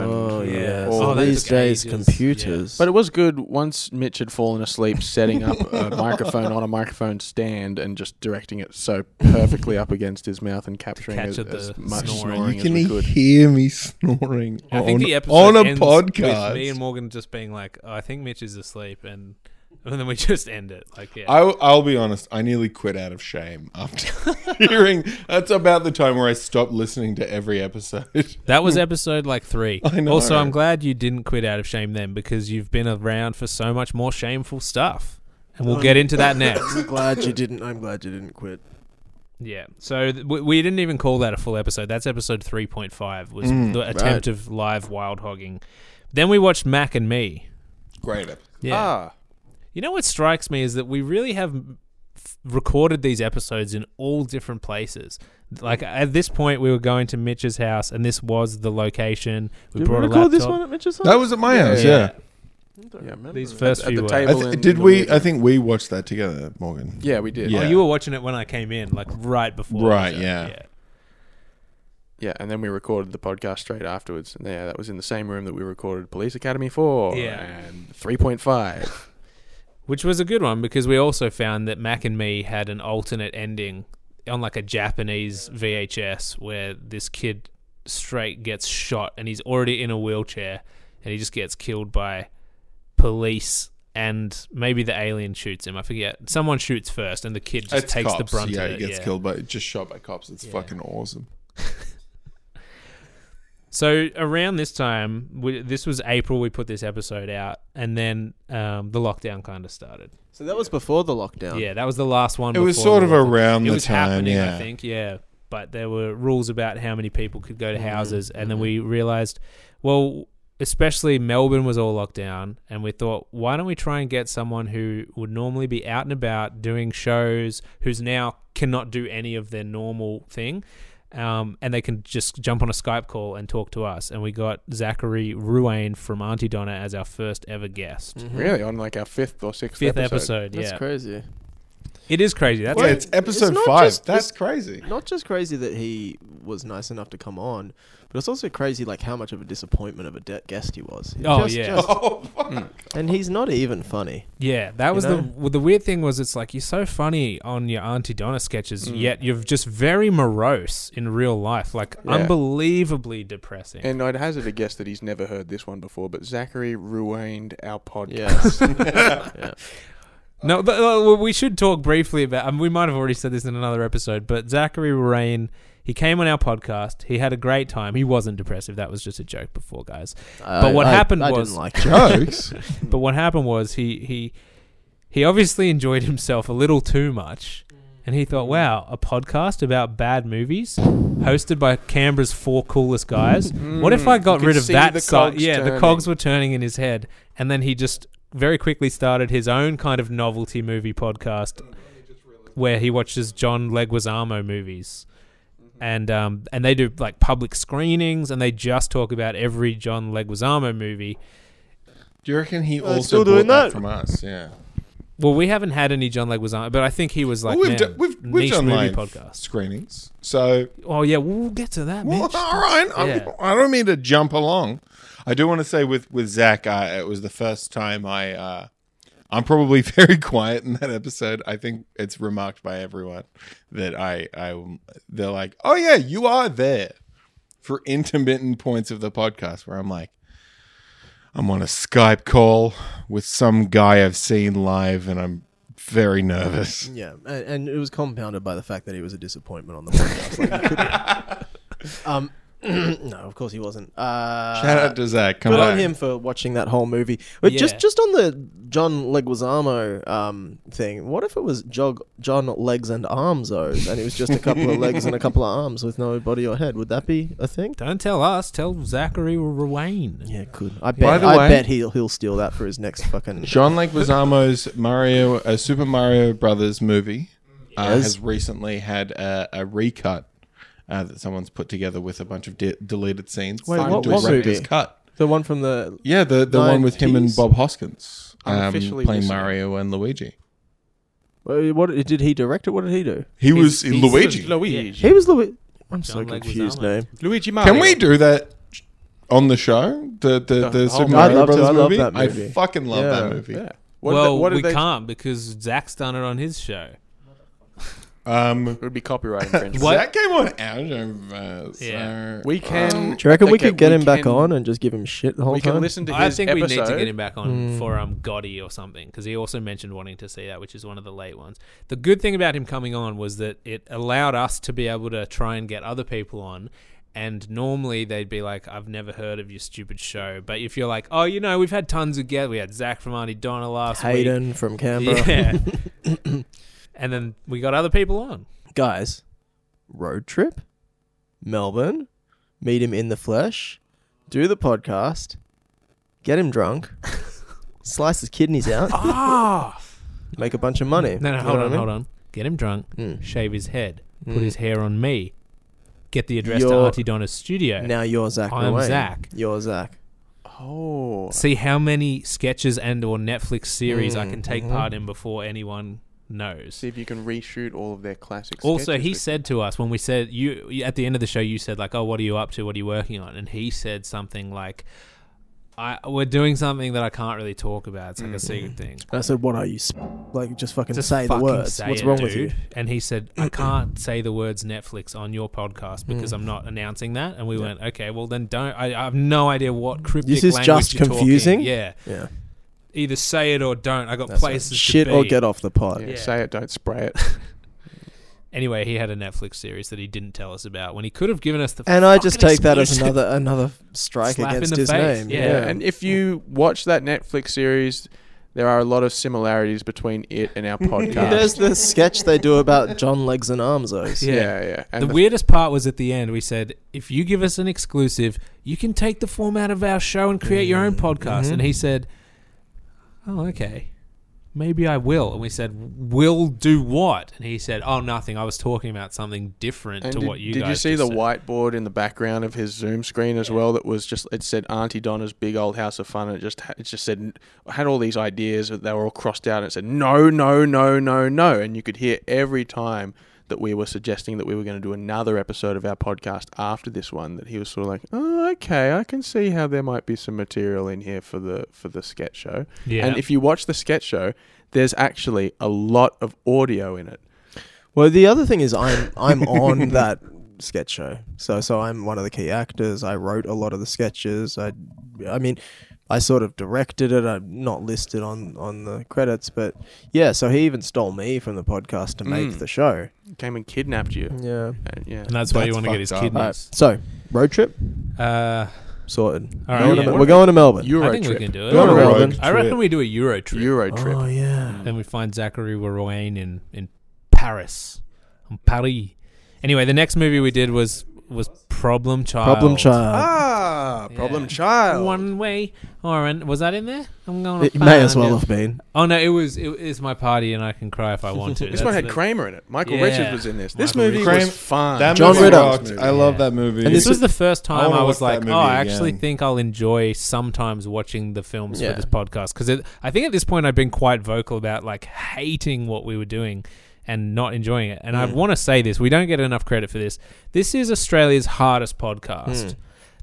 and- oh yeah, yes. Oh, all that these took days ages. computers. But it was good once Mitch had fallen asleep setting up a microphone on a microphone stand and just directing it so perfectly up against his mouth and capturing as, capture the as much snoring. snoring, You as can we could. hear me snoring I on, think the episode on a ends podcast. with me and Morgan just being like, oh, I think Mitch is asleep, and and then we just end it. Like, yeah. I, I'll be honest. I nearly quit out of shame after hearing. That's about the time where I stopped listening to every episode. That was episode like three. I know. Also, I'm glad you didn't quit out of shame then because you've been around for so much more shameful stuff. And we'll Um, get into that next. I'm glad you didn't. I'm glad you didn't quit. yeah. So th- we, we didn't even call that a full episode. That's episode 3.5 was the attempt of live wild hogging. Then we watched Mac and Me. Great episode. Yeah. Ah, You know what strikes me is that we really have f- recorded these episodes in all different places. Like at this point, we were going to Mitch's house, and this was the location. We Did we brought a record laptop. this one at Mitch's house? That was at my house. Yeah. Yeah. These first at few the were- I table. th- in did the we? living- I think we watched that together, Morgan. Yeah, we did. Yeah. Yeah. Oh, you were watching it when I came in, like right before. Right, so, yeah. and then we recorded the podcast straight afterwards. And yeah, that was in the same room that we recorded Police Academy 4 Yeah. and 3.5. Which was a good one because we also found that Mac and Me had an alternate ending on like a Japanese VHS where this kid straight gets shot and he's already in a wheelchair and he just gets killed by police and maybe the alien shoots him. I forget. Someone shoots first and the kid just It's takes the cops. brunt Yeah, of it. he gets yeah. killed by just shot by cops. It's fucking awesome. So around this time, we, this was April, we put this episode out and then um, the lockdown kind of started. So that was before the lockdown. Yeah, that was the last one. It was before sort the of lockdown. around It the was time, happening, I yeah. think. Yeah, but there were rules about how many people could go to Mm-hmm, houses, and then we realized, well, especially Melbourne was all locked down, and we thought, why don't we try and get someone who would normally be out and about doing shows, who's now cannot do any of their normal thing. Um, and they can just jump on a Skype call and talk to us. And we got Zachary Ruane from Auntie Donna as our first ever guest. really? On like our fifth or sixth Fifth episode. episode, Mm, That's yeah. crazy. It is crazy. That's yeah, like- it's episode not five. just- That's it's- crazy. Not just crazy that he was nice enough to come on, but it's also crazy like how much of a disappointment of a de- guest he was. He Oh, yeah. Oh, fuck. and he's not even funny. yeah. That was know? the well, the weird thing was it's like you're so funny on your Auntie Donna sketches, yet you're just very morose in real life, like unbelievably depressing. And I'd hazard a guess that he's never heard this one before, but Zachary ruined our podcast. Yes. No, but uh, well, we should talk briefly about. Um, we might have already said this in another episode, but Zachary Rain, he came on our podcast. He had a great time. He wasn't depressive. That was just a joke before, guys. But what Uh, I- happened I was- didn't like Jokes. Mm. But what happened was he he he obviously enjoyed himself a little too much, and he Mm. thought, "Wow, a podcast about bad movies, hosted by Canberra's four coolest guys. What if I got could rid of Mm. see that the side? cogs Yeah, the turning. cogs were turning in his head, and then he just very quickly started his own kind of novelty movie podcast, where he watches John Leguizamo movies." Mm-hmm. and um, and they do like public screenings, and they just talk about every John Leguizamo movie. Do you reckon he Well, also it's still bought doing that that. from us? Yeah. Well, we haven't had any John Leguizamo, but I think he was like Well, man, we've, done, we've, we've niche done movie live podcast. screenings. So, Oh yeah, we'll get to that. well, all Mitch. right. Yeah. I, I don't mean to jump along. I do want to say with with Zach, uh, it was the first time I. Uh, I'm probably very quiet in that episode. I think it's remarked by everyone that I, I, they're like, oh yeah, you are there for intermittent points of the podcast where I'm like, I'm on a Skype call with some guy I've seen live, and I'm very nervous. Yeah, and, and it was compounded by the fact that he was a disappointment on the podcast. Like, he couldn't- um, no, of course he wasn't. Uh, Shout out to Zach. Come good back. on him for watching that whole movie. But Yeah. just just on the John Leguizamo um, thing, what if it was jog, John Legs and Arms O's, and it was just a couple of legs and a couple of arms with no body or head? Would that be a thing? Don't tell us. Tell Zachary Rawain. Yeah, it could. By I bet. the way- I bet he'll he'll steal that for his next fucking. John Leguizamo's Mario, uh, Super Mario Brothers movie uh, Yes. has recently had a, a recut uh, that someone's put together with a bunch of de- deleted scenes. Wait, Some what- what director's movie? cut. The one from the Yeah, the, the one with him and 90s? Bob Hoskins I'm um, officially playing listening. Mario and Luigi. Wait, what did he direct it? What did he do? He He's- was he's- Luigi. Luigi. He was Louis. I'm so John confused, Leguizamo. name. Luigi Mario. Can we do that on the show? The the, the, The whole Super I'd Mario love to. Brothers I love movie? that movie. I fucking love Yeah. that movie. Yeah. What did well, they- what did we they- can't because Zach's done it on his show. Um, It would be copyright infringement. What? That came on our show. So Yeah. We can. Do you reckon we okay, could get him back can- on and just give him shit the whole We time? can listen to I his think we need to get episode. him back on Hmm. for um Gotti or something because he also mentioned wanting to see that, which is one of the late ones. The good thing about him coming on was that it allowed us to be able to try and get other people on. And normally they'd be like, "I've never heard of your stupid show," but if you're like, "Oh, you know, we've had tons of guests. We had Zach from Auntie Donna last week, Hayden from Canberra, yeah," and then we got other people on. guys. Road trip, Melbourne, meet him in the flesh, do the podcast, get him drunk, slice his kidneys out, Ah, make a bunch of money. no, no, You know hold what on, I mean? hold on. Get him drunk, Mm. shave his head, put Mm. his hair on me, get the address to You're- Auntie Donna's studio. Now you're Zach. I'm Ruane. Zach. You're Zach. Oh. see how many sketches and or Netflix series I Mm, can take mhm. part in before anyone knows. See if you can reshoot all of their classics. Also, he said to us when we said you you- at the end of the show, you said like, "Oh, what are you up to? What are you working on?" And he said something like, "I we're doing something that I can't really talk about. It's like Mm-hmm. a secret thing." I said, "What are you? Sp-? Like, just fucking Just say fucking the words. say What's it, wrong with you?" dude. And he said, "I can't say the words Netflix on your Hmm. podcast because I'm not announcing that." And we went, "Okay, well then don't." I, I have no idea what cryptic This is language just you're talking. confusing? Yeah, Yeah. either say it or don't. I got That's places it. to Shit be. or get off the pot. Yeah, Yeah. Say it, don't spray it. Anyway, he had a Netflix series that he didn't tell us about when he could have given us the. And I just fucking take that as explicit- another another strike Slap in against the his face, name. yeah. Yeah. and if you watch that Netflix series, there are a lot of similarities between it and our podcast. There's the sketch they do about John Legs and Arms O's. yeah, Yeah. yeah. And the, the weirdest part was at the end. We said, if you give us an exclusive, you can take the format of our show and create your own podcast. And he said, "Oh, okay." maybe I will. And we said, will do what? And he said, oh, nothing. I was talking about something different And to did, what you did guys you see just the said." whiteboard in the background of his Zoom screen as well? That was just it said Auntie Donna's big old house of fun, and it just ha- it just said had all these ideas, but they were all crossed out, and it said no, no, no, no, no, and you could hear every time that we were suggesting that we were going to do another episode of our podcast after this one that he was sort of like, oh, okay, I can see how there might be some material in here for the for the sketch show. Yeah. And if you watch the sketch show, there's actually a lot of audio in it. Well, the other thing is I'm I'm on that sketch show. So so I'm one of the key actors. I wrote a lot of the sketches. I I mean, I sort of directed it. I'm not listed on on the credits, but yeah, so he even stole me from the podcast to make Mm. the show. Came and kidnapped you. Yeah. Uh, yeah. and that's why you That's want to get his fucked up. kidneys. So, road trip Uh, sorted. all right, Going to yeah. Mel- we're going to Melbourne. Euro I think trip. we can do it. Go on a Road Melbourne. trip. I reckon we do a Euro trip. Euro trip. Oh yeah. Mm. Then we find Zachary Rouen in in Paris, in Paris. Anyway, the next movie we did was was Problem Child. Problem child. Ah, Yeah. problem child. One way, Oren. Was that in there? I'm going. It may as well have been. Oh no, it was. It is my party, and I can cry if I want to. This one That's had the- Kramer in it. Michael Yeah. Richards was in this. This Michael movie Richards. was fun. That John movie Ritter. rocked. I love that movie. And This It's- was the first time wanna I was watch that like, "Oh, movie I actually again. think I'll enjoy sometimes watching the films Yeah. for this podcast." Because I think at this point I've been quite vocal about like hating what we were doing and not enjoying it. And Mm. I want to say this: we don't get enough credit for this. This is Australia's hardest podcast. Hmm.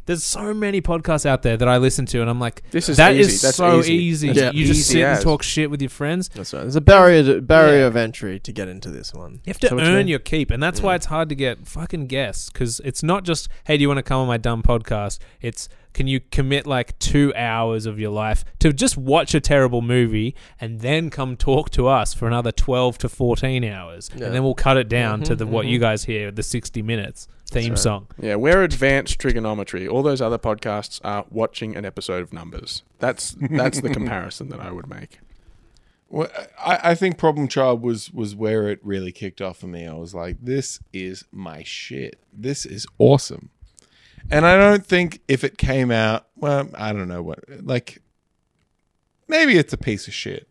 There's so many podcasts out there that I listen to, and I'm like, This is that is easy. That's so easy. easy. That's you just easy sit and as. talk shit with your friends. That's right. There's a barrier to, barrier of entry to get into this one. You have to So Mm. what you earn mean? your keep, and that's why it's hard to get fucking guests because it's not just hey, do you want to come on my dumb podcast? It's can you commit like two hours of your life to just watch a terrible movie and then come talk to us for another twelve to fourteen hours, Yeah. and then we'll cut it down to Mhm, the what mhm. you guys hear the sixty minutes theme right. song. yeah, we're advanced trigonometry. All those other podcasts are watching an episode of Numbers. That's that's the comparison that I would make. Well, I, I think Problem Child was was where it really kicked off for me. I was like, this is my shit. This is awesome. And I don't think if it came out, well, I don't know what, like, maybe it's a piece of shit.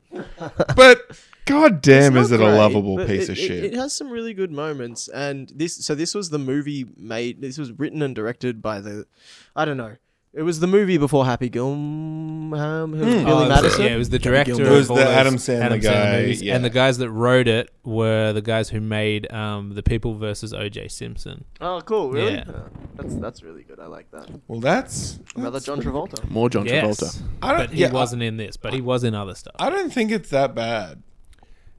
but god damn, It's is it not a great, lovable but piece it- of it- shit? It has some really good moments, and this. So this was the movie made. This was written and directed by the. I don't know. It was the movie before Happy Gilm, Hmm. um, who- Billy Oh, it was- Madison. yeah, it was the director. Gilmore. of It was all the those Adam Sandler guy, movies, yeah. and the guys that wrote it were the guys who made um, the People versus O.J. Simpson. Oh, cool. Really? Yeah. Oh, that's that's really good. I like that. well, that's. Another that's- John Travolta. More John Travolta. Yes, I don't, but he yeah, wasn't in this, but he was in other stuff. I, I don't think it's that bad.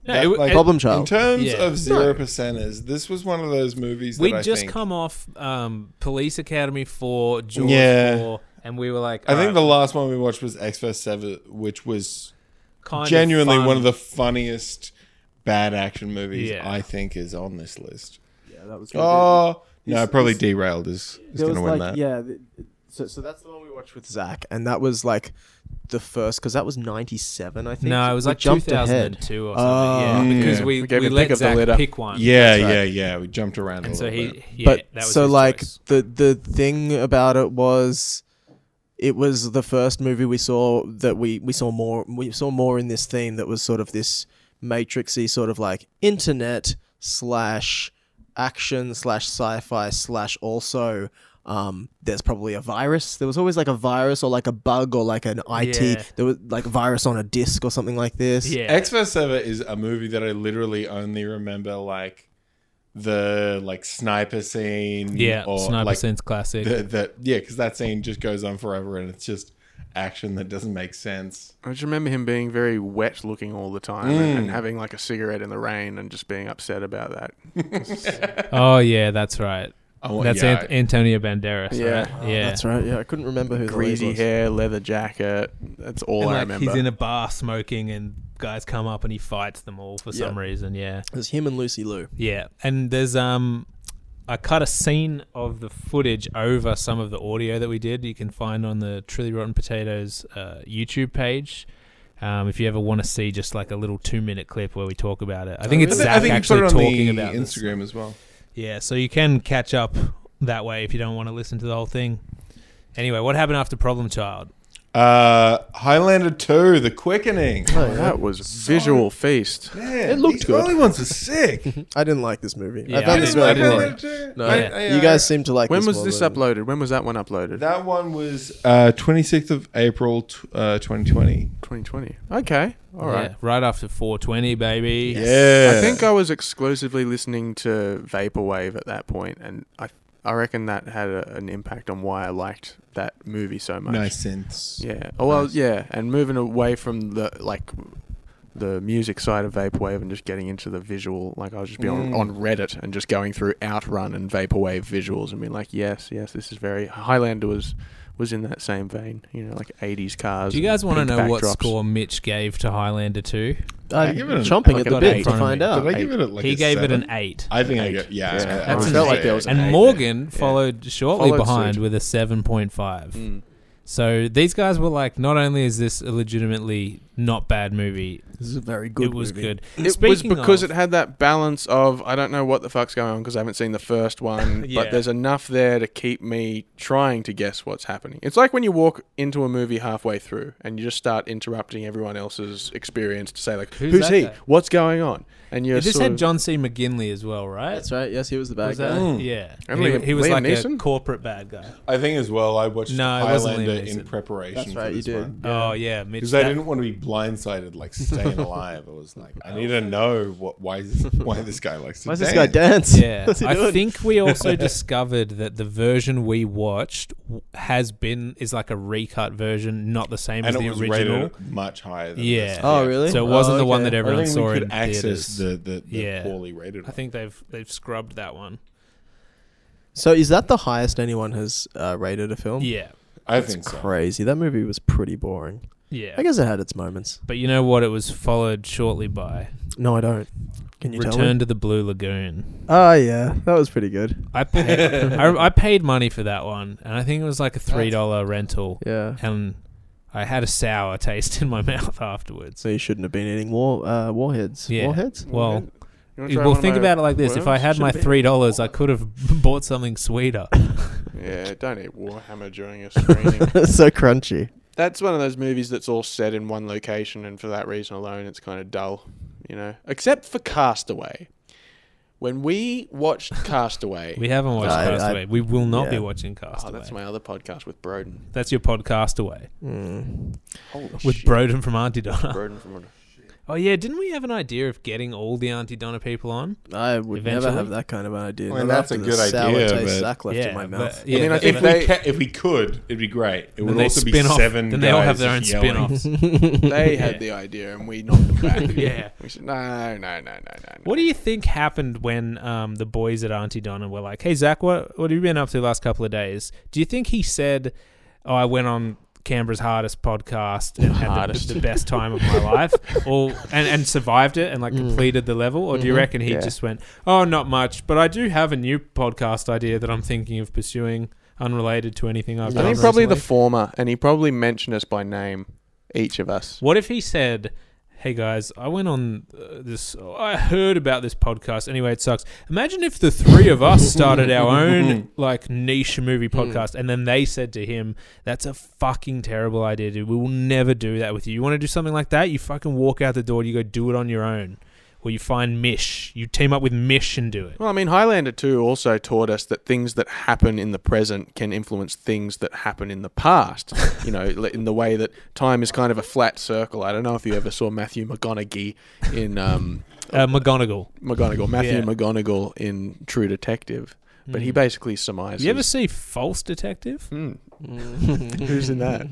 No, That, it, like, it- Problem In Child. terms Yeah. of zero percenters, this was one of those movies that we'd I just think, come off um, Police Academy four, Jaws Yeah. four, and we were like, I think the "Alright, last one we watched was X Verse Seven, which was kind of genuinely fun." one of the funniest bad action movies Yeah. I think is on this list. Yeah, that was. Oh no, It's- probably it's- derailed is, is there going was to win like that. yeah. th- So so that's the one we watched with Zach, and that was like the first because that was ninety seven, I think. No, it was like two thousand and two or something. Oh. yeah, because Yeah. we, We we, gave him pick let of the Zach litter. pick one. Yeah, yeah, yeah. We jumped around. and a so little he, bit. yeah, but that was so his like choice. the the thing about it was it was the first movie we saw that we we saw more we saw more in this theme that was sort of this matrixy sort of like internet slash action slash sci-fi slash also um, there's probably a virus. There was always like a virus or like a bug or like an IT. Yeah. There was like virus on a disc or something like this. yeah, X Verse Seven is a movie that I literally only remember like the like sniper scene. yeah, or sniper like scene's classic. the, the yeah, because that scene just goes on forever and it's just action that doesn't make sense. I just remember him being very wet looking all the time and, and Mm. having like a cigarette in the rain and just being upset about that. oh yeah, that's right. I want- That's yeah, Ant- Antonio Banderas. Yeah. Right? yeah. Oh, That's right. Yeah, I couldn't remember who the lead Greasy was. hair, leather jacket. That's all And, I like, remember. he's in a bar smoking, and guys come up and he fights them all for Yeah. some reason. Yeah. It was him and Lucy Liu. Yeah, and there's um, I cut a scene of the footage over some of the audio that we did. You can find on the Truly Rotten Potatoes uh, YouTube page. Um, if you ever want to see just like a little two minute clip where we talk about it, I think it's I thi- Zach I think you put actually it on talking the about this. Instagram as well. Yeah, so you can catch up that way if you don't want to listen to the whole thing. Anyway, what happened after Problem Child? Uh, Highlander 2, The Quickening. That was visual feast. Man, It looked these good. early ones are sick. I didn't like this movie. Yeah, I found I this didn't- really I didn't boring. like it. No, I- I, you uh, guys seem to like. When this was more this than- uploaded? When was that one uploaded? That one was uh, 26th of April t- uh, 2020. 2020. Okay. All right. Yeah, right after 420, baby. Yeah. I think I was exclusively listening to Vaporwave at that point, and I I reckon that had a, an impact on why I liked that movie so much. Nice synths. Yeah. Oh well. Yeah. And moving away from the like the music side of vaporwave and just getting into the visual. Like I was just be on, Mm. on Reddit and just going through Outrun and vaporwave visuals and being like, yes, yes, this is very Highlander was was in that same vein. You know, like 80s cars. Do you guys want to pink know what backdrops. score Mitch gave to Highlander 2? I I'm give it an- chomping like at the an bit eight to from find me. Did out. I give it a, like he a gave it seven? an 8. I think I Eight. got yeah. That's I I would felt say like there eight. was an and eight Morgan there. Yeah. followed shortly Followed behind suit. with a 7.5. Mm. So these guys were like, not only is this a legitimately not bad movie, This is a very it was good. It was because it had that balance of I don't know what the fuck's going on because I haven't seen the first one, Yeah. but there's enough there to keep me trying to guess what's happening. It's like when you walk into a movie halfway through and you just start interrupting everyone else's experience to say like, Who's "Who's, that he? guy?" What's going on?" And you're it just sort had of- John C. McGinley as well, right? That's right. Yes, he was the bad Was that- guy. Mm. Yeah, And he, Liam- he was Liam like Neeson? a corporate bad guy. I think as well. I watched No, it wasn't Highlander Liam in Neeson. preparation. That's for right. You this did. one. Oh yeah, Mitch. because I that- didn't want to be blindsided, like staying alive. I was like, I need to know what why is this, why this guy likes to. Why does dance. this guy dance? Yeah, What's he I doing? think we also discovered that the version we watched w- has been is like a recut version, not the same And as it the was original. rated much higher. Than Yeah. This. Oh, really? So it wasn't Oh, the one okay. that everyone I think saw we could in access theaters. the the, the Yeah. poorly rated. I One. think they've they've scrubbed that one. So is that the highest anyone has uh, rated a film? Yeah, I That's think so. crazy. That movie was pretty boring. yeah. I guess it had its moments. But you know what? It was followed shortly by No, I don't. Can you tell Return me? to the Blue Lagoon. Oh yeah, that was pretty good. I paid, I, I paid money for that one, and I think it was like a three dollar rental, Yeah. and I had a sour taste in my mouth afterwards. So you shouldn't have been eating war uh, warheads. Yeah. Warheads. Well, You wanna try well, one of think my about it like this: if I worms? had my three dollars, I could have bought something sweeter. yeah, don't eat Warhammer during a screening. so crunchy. That's one of those movies that's all set in one location, and for that reason alone, it's kind of dull, you know. Except for Castaway. When we watched Castaway, We haven't watched I- I- Castaway. we will not be yeah. watching oh, Castaway. that's that's, my other podcast with Broden. your podcast away Mm. Holy with shit. Broden from Auntie Donna. Broden from Oh yeah, didn't we have an idea of getting all the Auntie Donna people on? I would Eventually. never have that kind of an idea. Well, Not that's after a the good sour idea, taste but- Zach left in yeah, my mouth. but- yeah, I mean, I but- think If they- we ca- if we could, it'd be great. It then would they also be spin off. seven. Then they all guys have their own just yelling. spin-offs. They had the idea, and we knocked them back. Yeah. We said, no, no, no, no, no. What do you think happened when um, the boys at Auntie Donna were like, "Hey Zach, what what have you been up to the last couple of days?" Do you think he said, "Oh, I went on Canberra's hardest podcast and had the- The, best time of my life," or and, and survived it and like completed the level, or do you reckon Mm. he Mm-hmm. Yeah. just went, "Oh, not much, but I do have a new podcast idea that I'm thinking of pursuing, unrelated to anything I've I done." think probably the recently." former, and he probably mentioned us by name, each of us. What if he said, "Hey guys, I went on uh, this. I heard about this podcast. Anyway, it sucks. Imagine if the three of us started our own like niche movie podcast, and then they said to him, "That's a fucking terrible idea, dude. We will never do that with you. You want to do something like that? You fucking walk out the door. You go do it on your own." Or you find Mish. You team up with Mish and do it. Well, I mean, Highlander 2 also taught us that things that happen in the present can influence things that happen in the past. you know, li- in the way that time is kind of a flat circle. I don't know if you ever saw Matthew McGonaghy in um, Uh, McGonagall. McGonagall, Matthew Yeah. Mm. McGonagall in True Detective, but he basically surmises. You ever see False Detective? Hmm. Who's in that?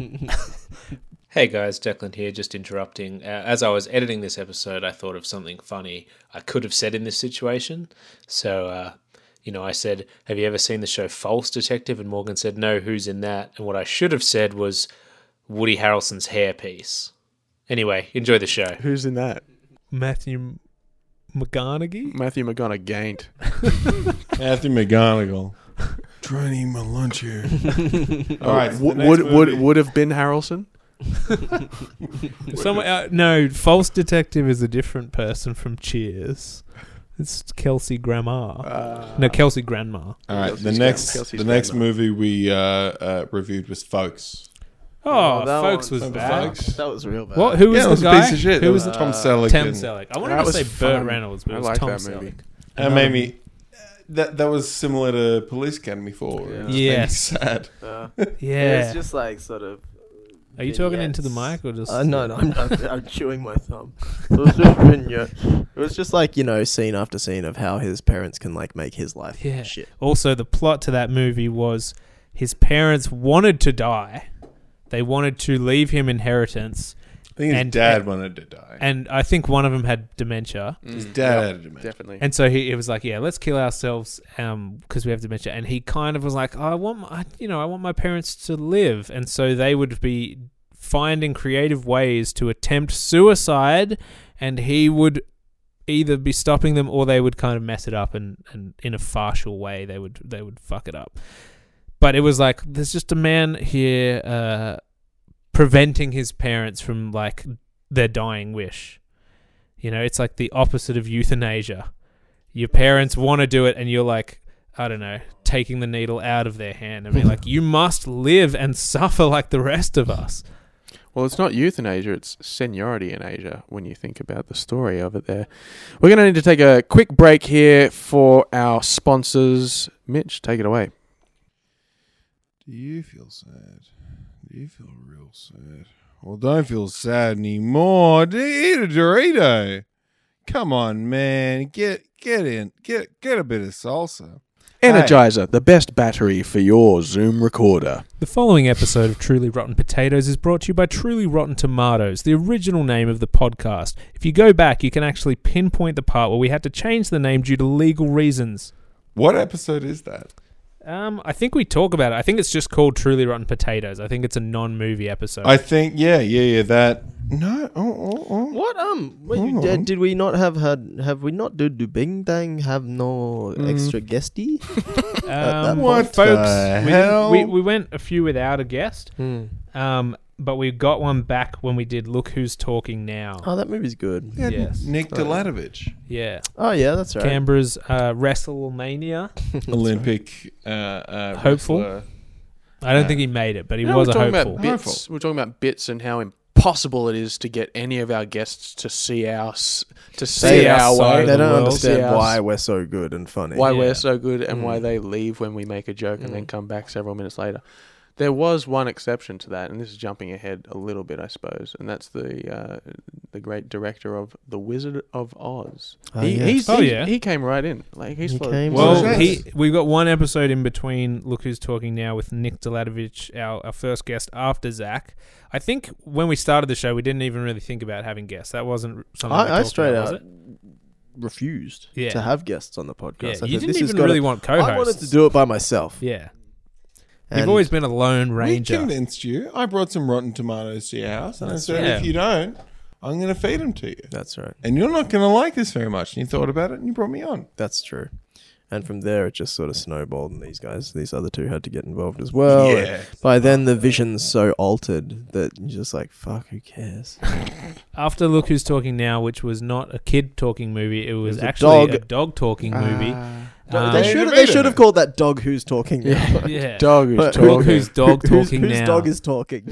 Hey guys, Declan here, just interrupting. Uh, as I was editing this episode, I thought of something funny I could have said in this situation. So, uh, you know, I said, Have you ever seen the show False Detective? And Morgan said, No, who's in that? And what I should have said was Woody Harrelson's hairpiece. Anyway, enjoy the show. Who's in that? Matthew McGonaghy? Matthew McGonagall. Matthew McGonagall. Trying to eat my lunch here. All right. so the would next would, would movie- would have been Harrelson. Some, uh, no, false detective is a different person from Cheers. It's Kelsey Grandma. Ah. no, Kelsey Grandma. All right. Kelsey's The grand- next Kelsey's the next grandma. movie we uh, uh, reviewed was Folks. Oh, Oh, that folks one. was Folks. bad. Folks. That was real bad. What? Who was yeah, the it was guy? a piece of shit. Who It was Tom Selleck? Tom and- Selleck? I That wanted to was say fun. Burt Reynolds, but I it was like Tom that Selleck. movie. Uh, maybe that that was similar to Police Academy Four. It made me Yes. sad. Uh, Yeah. It's just like sort of. Are you talking into the vignettes. mic or just? Uh, no, no, I'm, not, I'm chewing my thumb. It was just vignettes. It was just like you know, scene after scene of how his parents can like make his life Yeah. shit. Also, the plot to that movie was his parents wanted to die. They wanted to leave him inheritance, I think his And- dad and- wanted to die. and I think one of them had dementia. his dad had dementia. Definitely. And so he it was like, yeah, let's kill ourselves because we have dementia. And he kind of was like, I want, my, I- you know, I want my parents to live, and so they would be finding creative ways to attempt suicide, and he would either be stopping them or they would kind of mess it up, and, and in a farcical way they would they would fuck it up. But it was like there's just a man here uh, preventing his parents from like their dying wish. You know, it's like the opposite of euthanasia your parents want to do it and you're like i don't know taking the needle out of their hand i mean like you must live and suffer like the rest of us Well, it's not youth in Asia, it's seniority in Asia when you think about the story of it there. We're going to need to take a quick break here for our sponsors. Mitch, take it away. Do you feel sad? Do you feel real sad? Well, don't feel sad anymore. D- Eat a Dorito. Come on, man. Get get in. Get get a bit of salsa. Energizer, the best battery for your Zoom recorder. the following episode of truly rotten potatoes is brought to you by truly rotten tomatoes the original name of the podcast if you go back you can actually pinpoint the part where we had to change the name due to legal reasons What episode is that? um, I think we talk about it. I think it's just called Truly Rotten Potatoes. I think it's a non-movie episode. I think yeah, yeah, yeah. That no. Oh, oh, oh. What um? Wait, Oh. did, did we not have had? Have we not do do Bing Dang have no Mm. extra guesty? um, What folks? the we, didn't- hell? we we went a few without a guest. Um, but we got one back when we did Look Who's Talking Now. Oh, that movie's good. Yeah, Yes. Nick Deladovich, Yeah. Oh yeah, that's right. Canberra's uh, WrestleMania. Olympic uh, uh, Hopeful? wrestler. I don't Yeah. think he made it, but he You know, was a we're talking hopeful. About bits, Hopeful. We're talking about bits and how impossible it is to get any of our guests to see our s- to see They- our way. side They of the don't world. See understand us. why we're so good and funny. why Yeah. we're so good and why Mm. they leave when we make a joke and then Mm. come back several minutes later. There was one exception to that, and this is jumping ahead a little bit, I suppose, and that's the uh, the great director of The Wizard of Oz. Ah, he, yes. he's, Oh, he's- yeah. he came right in. Like he's He like- came Well, Well, yes. he we've got one episode in between. Look who's talking now with Nick Deladovich, our, our first guest after Zach. I think when we started the show, we didn't even really think about having guests. That wasn't something we I, I talked straight about, was out it? refused Yeah. to have guests on the podcast. I Yeah, you said, this didn't has even gotta- really want co-hosts. I wanted to do it by myself. Yeah, And you've always been a lone We ranger. convinced you. I brought some rotten tomatoes to your house, and I said, right. if Yeah. you don't, I'm going to feed them to you. That's right. And you're not going to like this very much. And you thought about it, and you brought me on. That's true. And from there, it just sort of snowballed, and these guys, these other two, had to get involved as well. And Yeah. By then, the vision's so altered that you're just like, "Fuck, who cares?" After Look Who's Talking Now, which was not a kid talking movie, it was, was a actually dog. Ah. a dog talking movie. Um, they they should they debated should have it. called that dog who's talking. now. Yeah. yeah. Dog who's But- Look talking. who's dog Whose- talking whose now. dog is talking?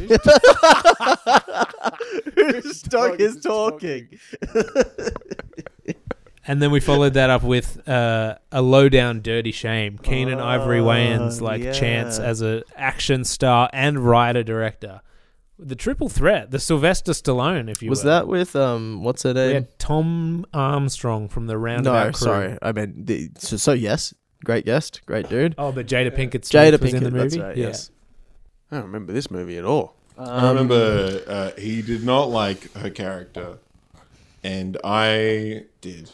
whose dog is talking? and then we followed that up with uh, a low down dirty shame. Keenan Ivory Oh, Wayans like yeah. chance as a action star and writer director. The triple threat, the Sylvester Stallone, if you Was will. that with um? What's her we name? had Tom Armstrong from the Roundabout No, Crew. sorry. I mean, the, so, so yes, great guest, great dude. Oh, but Jada Pinkett Smith Jada was Pinkett. in the movie. That's right. Yeah. Yes. I don't remember this movie at all. Um, I remember uh, he did not like her character, and I did.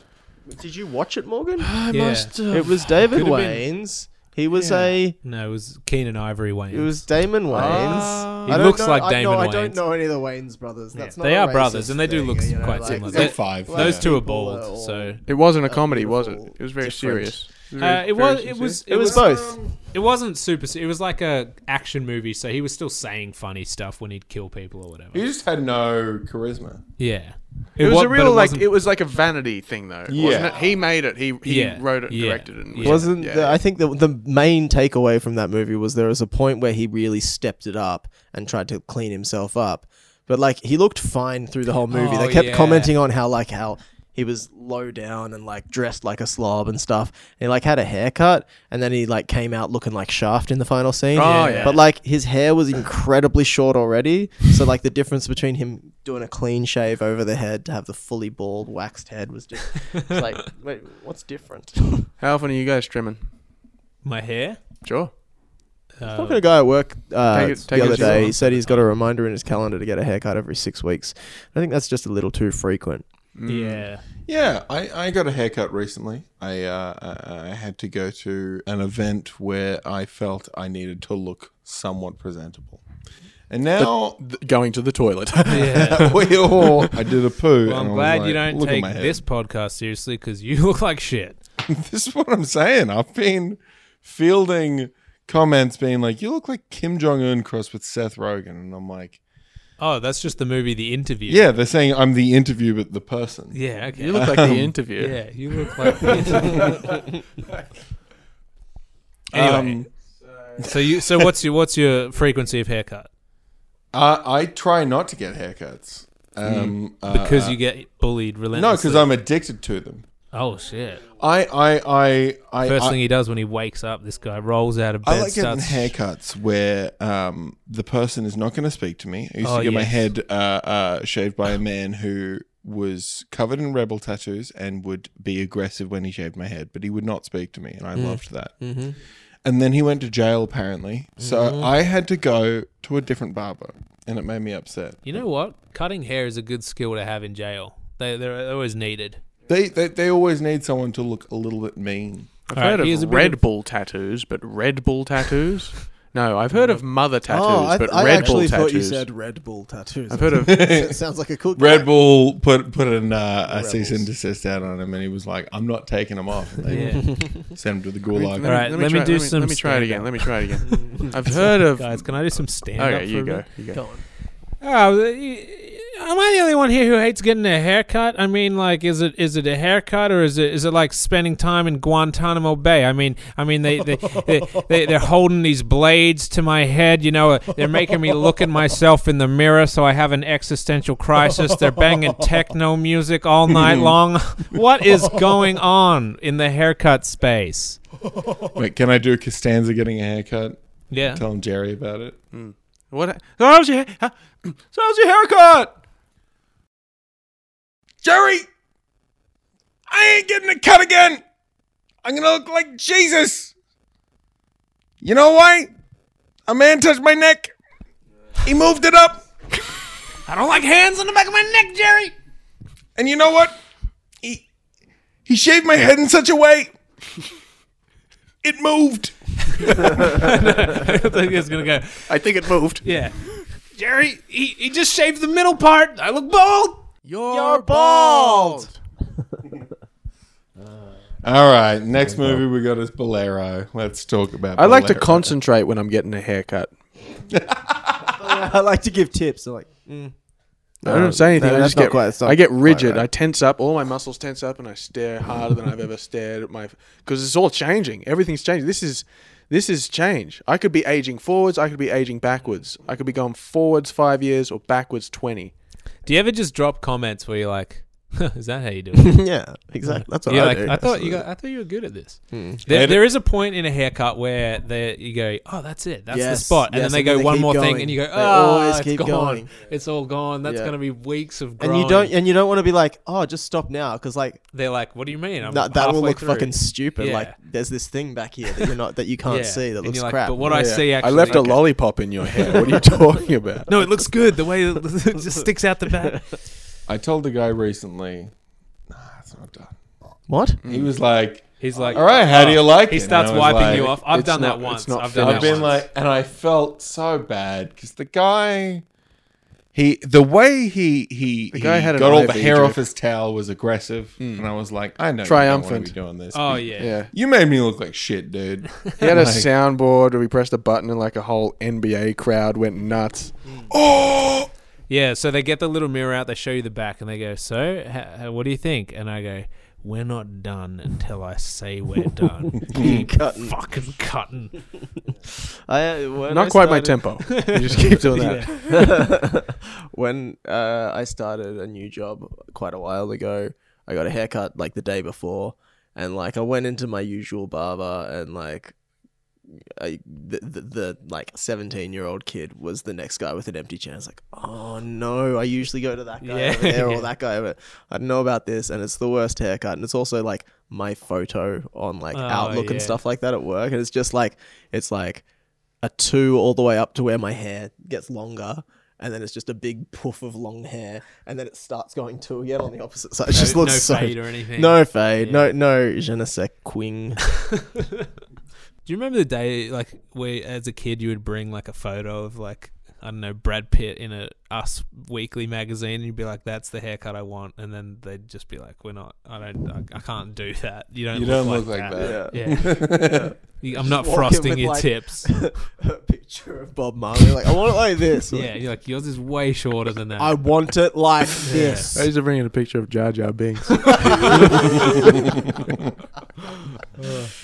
Did you watch it, Morgan? I Yeah. must. Uh, it was David Could have Wayans. He was a. No, it was Keenan Ivory Wayans. It was Damon Wayans. Ah. He I don't looks know- like I, no, Damon I don't Wayans. know any of the Wayans brothers. That's Yeah, not they a are racist brothers, and they do thing, look you know, quite like- similar. They're They- five. Those yeah. two are people bald, are all- so it wasn't a Uh, comedy, was it? beautiful It was very different. serious. Uh, it was. It sincere. was. It was both. It wasn't super. se- It was like a action movie, so he was still saying funny stuff when he'd kill people or whatever. He just had no charisma. Yeah, It, was wa- a but real like wasn't- it was like a vanity thing though, wasn't Yeah. it? He made it. He he Yeah. wrote it, and Yeah. directed it. And Yeah. Wasn't yeah, the, yeah. I think the the main takeaway from that movie was there was a point where he really stepped it up and tried to clean himself up, but like he looked fine through the whole movie. Oh, they kept yeah. commenting on how like how he was low down and like dressed like a slob and stuff. And he like had a haircut, and then he like came out looking like Shaft in the final scene. Oh, yeah. But like his hair was incredibly short already, so like the difference between him doing a clean shave over the head to have the fully bald waxed head was just it's like wait, what's different? How often are you guys trimming? my hair. Sure. I was talking to a guy at work uh, Take it- take the it other as you day. want. He said he's got a reminder in his calendar to get a haircut every six weeks. I think that's just a little too frequent. Mm. Yeah, Yeah, I, I got a haircut recently. I uh, I- I had to go to an event where I felt I needed to look somewhat presentable, and now Going to the toilet. yeah. we all I did a poo. Well, and I I'm was glad like, you don't "Look at take my head." this podcast seriously because you look like shit. this is what I'm saying. I've been fielding comments being like, "You look like Kim Jong Un crossed with Seth Rogen," and I'm like, Oh, that's just the movie The Interview. "Yeah, they're saying I'm the interview, but the person." Yeah. Okay. you look like the interview. yeah, you look like. The interview. anyway, Um, so you so what's your what's your frequency of haircut? I, I try not to get haircuts um, uh, Mm. Because you get bullied no, relentlessly. because I'm addicted to them. Oh shit! I I I I, First I, thing he does when he wakes up, this guy rolls out of bed. I like getting starts haircuts where um, the person is not going to speak to me. I used Oh, to get my yes. head uh, uh, shaved by a man who was covered in rebel tattoos and would be aggressive when he shaved my head, but he would not speak to me, and I Mm. loved that. Mm-hmm. And then he went to jail apparently, so I had to go to a different barber, and it made me upset. You know what? Cutting hair is a good skill to have in jail. They they're always needed. They they, they always need someone to look a little bit mean. I've All right, heard here's a of bit Red of- Bull tattoos, but Red Bull tattoos? No, I've heard of mother tattoos, but Oh, I Red Bull actually thought tattoos. you said Red Bull tattoos. I've heard of sounds like a cool Red Bull put put an, uh, a cease and desist out on him, and he was like, "I'm not taking him off." And they Yeah. sent him to the Let gulag. me- All right, let me try- do some Let me try it again. stand-up. Let me try it again. I've heard of. Guys, can I do some stand up? Okay, you go. You go. Oh, the- am I the only one here who hates getting a haircut? I mean, like, is it is it a haircut or is it is it like spending time in Guantanamo Bay? I mean, I mean they they they, they they're holding these blades to my head. You know, they're making me look at myself in the mirror, so I have an existential crisis. They're banging techno music all night long. what is going on in the haircut space? Wait, can I do Costanza getting a haircut? Yeah. Tell him Jerry about it. What? So how's your, ha- so how's your haircut? Jerry, I ain't getting a cut again. I'm gonna look like Jesus. You know why? A man touched my neck. He moved it up, I don't like hands on the back of my neck, Jerry. and you know what? He he shaved my head in such a way it moved. I think it's gonna go. I think it moved. Yeah. Jerry, he, he just shaved the middle part. I look bald. You're, bald. All right, next movie we got is Bolero. Let's talk about. I like to Bolero. concentrate when I'm getting a haircut. I like to give tips. I'm like, mm. I don't say anything. no, I that's just not get. quite- that's not I get quite rigid. right. I tense up. All my muscles tense up, and I stare harder than I've ever stared at my. Because it's all changing. Everything's changing. This is, this is change. I could be aging forwards. I could be aging backwards. I could be going forwards five years or backwards twenty. Do you ever just drop comments where you're like, is that how you do it? yeah, exactly. That's what You're I like, do. I thought you got, I thought you were good at this. There, there is a point in a haircut where they, you go, oh, that's it, that's the Yes, spot, and yes, then and they then go they one keep more going. thing, and you go, They oh, always it's keep gone, going. it's all gone. That's Yeah. gonna be weeks of. and Growing. you don't and you don't want to be like, oh, just stop now, because like They're like, what do you mean? I'm that, that will halfway look through." fucking stupid. Yeah. Like, there's this thing back here that you're not that you can't Yeah. see that And looks you're like, crap. But what I see actually, I left a Okay. lollipop in your hair. What are you talking about? No, it looks good. The way it it just sticks out the back. I told the guy recently, nah, it's not done. what? He was like, He's like, "Oh." all right, how do you like He it? starts And I was wiping like- you off. I've it's done not- it's that once. not I've done I've that been once. like, and I felt so bad because the guy, He the way he he, The guy he had an got all eye the for hair Egypt. off his towel was aggressive, and I was like, I know Triumphant. you don't wanna be doing this. Oh but yeah. Yeah. you made me look like shit, dude. He had a Like- soundboard where we pressed a button and like a whole NBA crowd went nuts. oh, Yeah, so they get the little mirror out, they show you the back, and they go, "So, ha- ha- what do you think?" And I go, "We're not done until I say we're done." Keep Cutting. fucking cutting. I, uh, when Not I quite my started- tempo. You just keep doing that. when uh, I started a new job quite a while ago, I got a haircut like the day before, and like I went into my usual barber, and like I, the, the the like seventeen year old kid was the next guy with an empty chair. I was like, oh no, I usually go to that guy Yeah. over there Yeah. or that guy over. I don't know about this, and it's the worst haircut, and it's also like my photo on like Oh, Outlook yeah. and stuff like that at work, and it's just like it's like a two all the way up to where my hair gets longer. And then it's just a big poof of long hair, and then it starts going two again on the opposite side. It just no, looks no so fade or anything. no fade, Yeah. no no je ne sais quing. Do you remember the day, like, where as a kid you would bring like a photo of like I don't know Brad Pitt in a Us Weekly magazine, and you'd be like, "That's the haircut I want," and then they'd just be like, "We're not. I don't. I, I can't do that. You don't. you look don't like look like that. that. Yeah. You- I'm not walk in frosting with, your like- tips. a picture of Bob Marley. Like I want it like this. yeah, you're like yours is way shorter than that. I want it like this. I used to bring in a picture of Jar Jar Binks.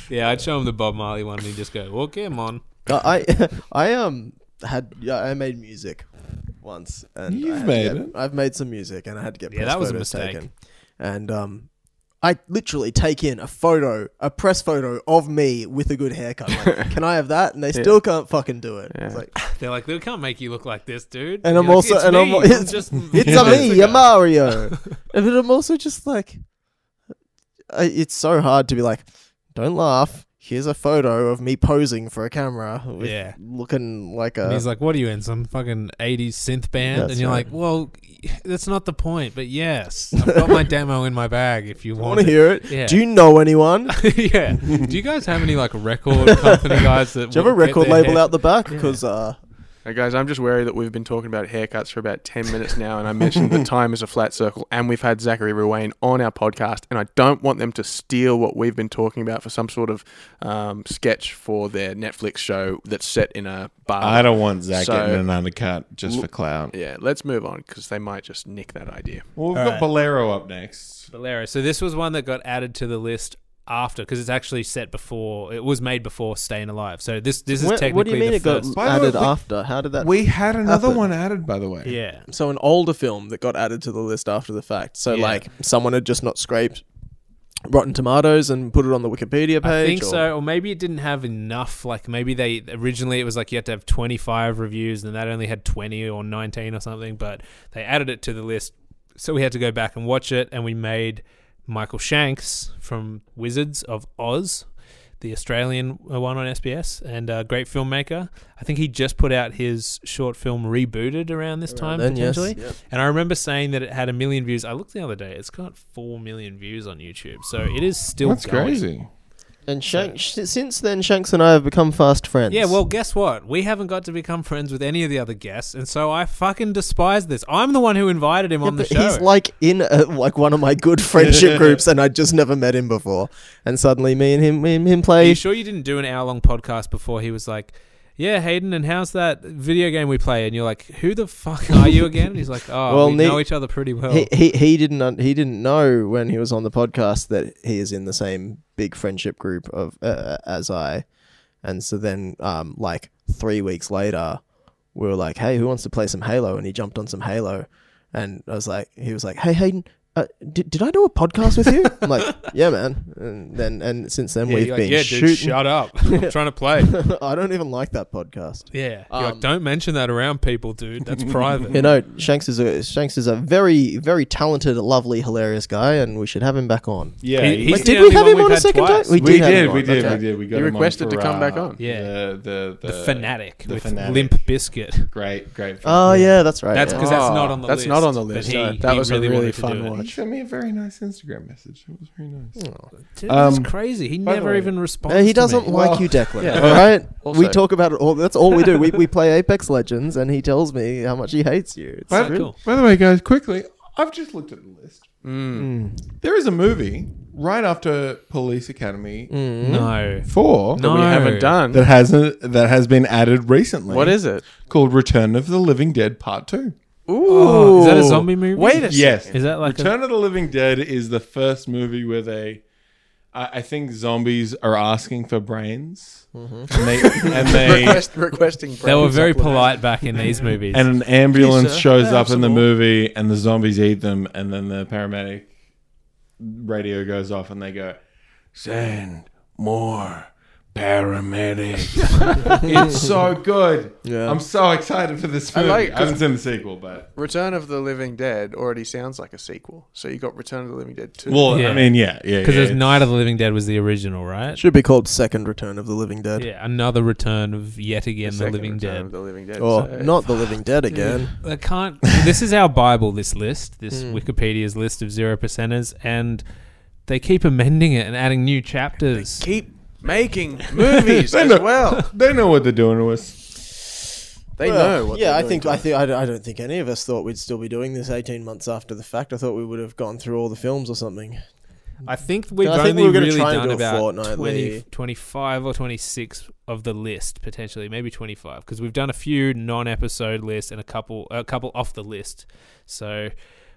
Yeah, I'd show him the Bob Marley one, and he'd just go, "Okay, mon." I Uh, I- I um had yeah, I made music once and You've I had to made get- it. I've made some music and I had to get Yeah, press that was a photos mistake. taken. And um I literally take in a photo, a press photo of me with a good haircut. Like, Can I have that? And they still can't fucking do it. It's like They're like, "We can't make you look like this, dude." And You're I'm like, also- it's and I'm- me. it's- just It's a me, a Mario. but I'm also just like, I, it's so hard to be like, don't laugh. Here's a photo of me posing for a camera. With Yeah. Looking like a. And he's like, "What are you in? Some fucking '80s synth band?" That's and you're right. like, "Well, that's not the point." But yes, I've got my demo in my bag. If you want want to it, hear it? Yeah. Do you know anyone? Do yeah. Do you guys have any like record company guys that? you have a will get record their label hair- out the back? Because uh, Hey guys, I'm just wary that we've been talking about haircuts for about 10 minutes now, and I mentioned that time is a flat circle, and we've had Zachary Ruane on our podcast, and I don't want them to steal what we've been talking about for some sort of um, sketch for their Netflix show that's set in a bar. I don't want Zach So- getting an undercut just for clout. Yeah, let's move on because they might just nick that idea. Well, we've right. got Bolero up next. Bolero. So this was one that got added to the list after because it's actually set before it was made before Staying Alive. So this this is what, technically what do you mean the it got first. By the added way, we- after? How did that? We had another Happen. one added, by the way. yeah. so an older film that got added to the list after the fact. So Yeah. like someone had just not scraped Rotten Tomatoes and put it on the Wikipedia page. I think or- so, or maybe it didn't have enough. Like maybe they originally it was like you had to have 25 reviews, and that only had 20 or 19 or something. But they added it to the list, so we had to go back and watch it, and we made Michael Shanks from Wizards of Oz, the Australian one on SBS, and a great filmmaker. I think he just put out his short film rebooted around this time then, yes. potentially. And I remember saying that it had a million views. I looked the other day; it's got four million views on YouTube, so it is still That's going. crazy. And Shanks, since then, Shanks and I have become fast friends. Yeah, well, guess what? We haven't got to become friends with any of the other guests, and so I fucking despise this. I'm the one who invited him Yeah, on the but show. he's like in a, like one of my good friendship groups, and I just never met him before. And suddenly, me and him, me and him Are play. you sure you didn't do an hour long podcast before he was like, "Yeah, Hayden, and how's that video game we play?" And you're like, "Who the fuck are you again?" And he's like, "Oh, Well, we ne- know each other pretty well." He, he he didn't un- he didn't know when he was on the podcast that he is in the same big friendship group of uh, as I, and so then um like three weeks later, we were like, hey, who wants to play some Halo? And he jumped on some Halo, and I was like, he was like, hey Hayden. Uh, did, did I do a podcast with you? I'm like, yeah, man. And then and since then yeah, we've you're been like, yeah, shooting. dude, shut up. I'm trying to play. I don't even like that podcast. Yeah, you're Um, like, don't mention that around people, dude. That's private. You know, Shanks is a Shanks is a very very talented, lovely, hilarious guy, and we should have him back on. Yeah, He- he- he's Wait, the did we only have one him on we've a had second twice. time? We we, did have him did, on, we did, okay. we did. We got You him on requested for, to come back uh, on. Yeah. the the, the fanatic the with Fanatic. Limp Biscuit. Great, great. Oh yeah, that's right. That's yeah. because that's not on the Ah, that's list. not on the but list. he- No, that he was really a really wanted to do fun it. one. much. Oh, sent me a very nice Instagram message. It was very nice. Dude, Um, that's crazy. He by the never way- even responds. No, he to doesn't me. like Well, you, Declan. yeah. All right, we Also- talk about it all. That's all we do. We, we play Apex Legends, and he tells me how much he hates you. It's But- so cool. By the way, guys, quickly, I've just looked at the list. Mm. There is a movie right after Police Academy Mm. No, Four no, Mm-hmm. We haven't done. that has a, that has been added recently. What is it? called Return of the Living Dead Part Two? Ooh, Oh, is that a zombie movie? Wait a Yes, Is that like a, Return of the Living Dead is the first movie where they, I, I think, zombies are asking for brains, Mm-hmm. and they and they Request, requesting. they were brains very supplement. polite back in these movies? and an ambulance Please, sir. shows Yeah, up in the some more. movie, and the zombies eat them, and then the paramedic radio goes off, and they go, "Send more." Paramedics. it's so good. Yeah. I'm so excited for this I movie. I, like- haven't seen the sequel, but Return of the Living Dead already sounds like a sequel. So you got Return of the Living Dead 2. well, Yeah. I mean, yeah, yeah. because yeah, there's it's- Night of the Living Dead was the original, right? Should be called Second Return of the Living Dead, Yeah, another return of yet again the, second Living Return of Dead. the Living Dead. Oh, or so- not the Living Dead again. I can't. this is our Bible. This list, this Hmm. Mm. Wikipedia's list of zero percenters, and they keep amending it and adding new chapters. Keep making movies They as know- well. They know what they're doing to us. They Well, know. What yeah, they're I doing think to I us. think I don't, I don't think any of us thought we'd still be doing this 18 months after the fact. I thought we would have gone through all the films or something. I think we've I think only we were gonna really try and done do a about fortnightly- 20, 25 or 26 of the list potentially, maybe 25 because we've done a few non-episode lists and a couple a couple off the list. So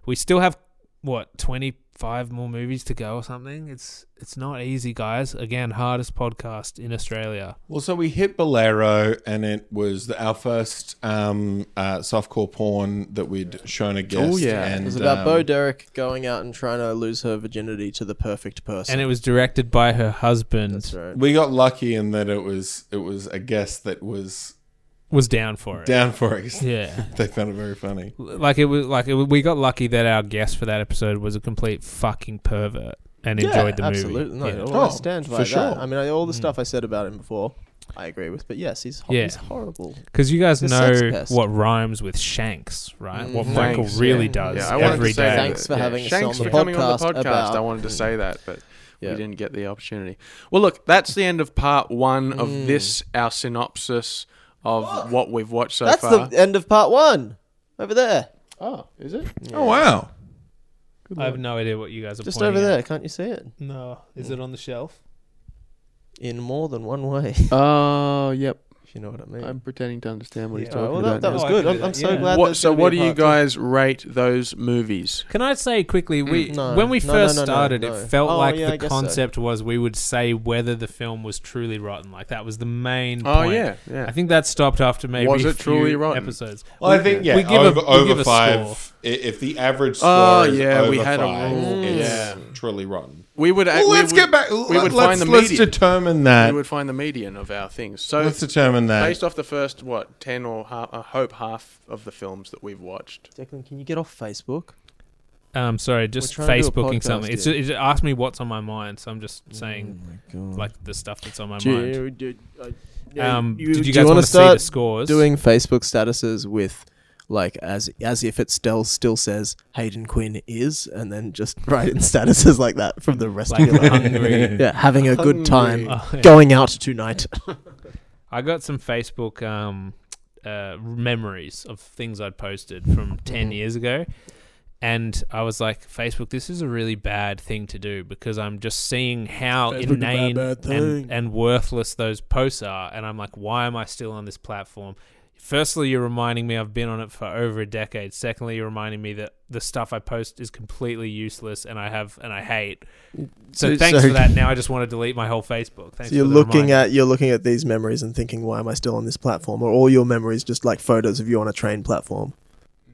we still have what 25 more movies to go or something. It's it's not easy, guys. Again, hardest podcast in Australia. Well, so we hit Bolero, and it was the, our first um, uh, softcore porn that we'd shown a guest. Oh, yeah. and, It was about um, Bo Derek going out and trying to lose her virginity to the perfect person. And it was directed by her husband. That's right. We got lucky in that it was it was a guest that was Was down for it. down for it. Yeah. They found it very funny. like it was like it, was- we got lucky that our guest for that episode was a complete fucking pervert and enjoyed the movie. Absolutely, no, Yeah. no, Oh, I stand by for that. sure. I mean, I, all the Mm. stuff I said about him before, I agree with. But yes, he's, ho- Yeah. he's horrible. Because you guys The sex know pest. what rhymes with shanks, right? What Mhm. Michael Thanks, really yeah. does Yeah, I wanted every to say day. Thanks that, for having us Thanks on for the coming on the podcast podcast. about- I wanted to say that, but Yeah. we didn't get the opportunity. Well, look, that's the end of part one of Mm. this, our synopsis of what we've watched so That's far. the end of part one. Over there, oh, is it? Oh wow! I have no idea what you guys are just pointing over at. there. Can't you see it? No, is it on the shelf? In more than one way, Oh, yep. if you know what I mean. I'm pretending to understand what Yeah. he's All right, talking well, about. that, that was now. good. Oh, I I'm, can I'm do so that, yeah. glad. what, there's so, gonna be what a do you part two. guys rate those movies? Can I say quickly? We Mm, No, when we no, no, first no, no, started, no. it felt Oh, like yeah, I the guess so. concept was we would say whether the film was truly rotten. Like that was the main. Oh, point. yeah, yeah. I think that stopped after maybe Was a it truly few rotten? episodes. Well, I think yeah. we give a- over we over give a score. five. i- If the average score Oh, is yeah, over we had a five, rule. it's Yeah. truly rotten. We would. Well, let's we would, get back. We would let's, find the let's median. determine that. We would find the median of our things. So, let's determine that. based off the first what ten or half, I hope half of the films that we've watched. Declan, can you get off Facebook? Um, sorry, just trying to do a Facebooking podcast something. It's, here. it asked me what's on my mind, so I'm just saying Mm. like uh, the stuff that's on my mind. Um, did you guys wanna want to see the scores? doing Facebook statuses with like as as if it still still says Hayden Quinn is, and then just write in statuses like that from the rest like of your life. hungry. Yeah, having a good time, Oh, yeah. going out tonight. I got some Facebook um, uh, memories of things I'd posted from Mm-hmm. 10 years ago. And I was like, Facebook, this is a really bad thing to do because I'm just seeing how Facebook's a bad, inane bad and, thing. and worthless those posts are. And I'm like, why am I still on this platform? Firstly, you're reminding me I've been on it for over a decade. Secondly, you're reminding me that the stuff I post is completely useless and I have and I hate. So, So- thanks so- for that. Now I just want to delete my whole Facebook. Thanks So you're for the looking reminder. at you're looking at these memories and thinking, why am I still on this platform? Or all your memories just like photos of you on a train platform?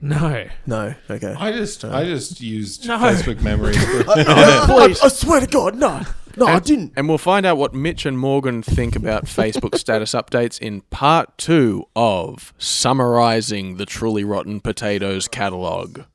no. No, okay. I just I just used No. Facebook memories. I, I swear to God, no, no, I didn't. And we'll find out what Mitch and Morgan think about Facebook status updates in part two of Summarizing the Truly Rotten Potatoes Catalogue.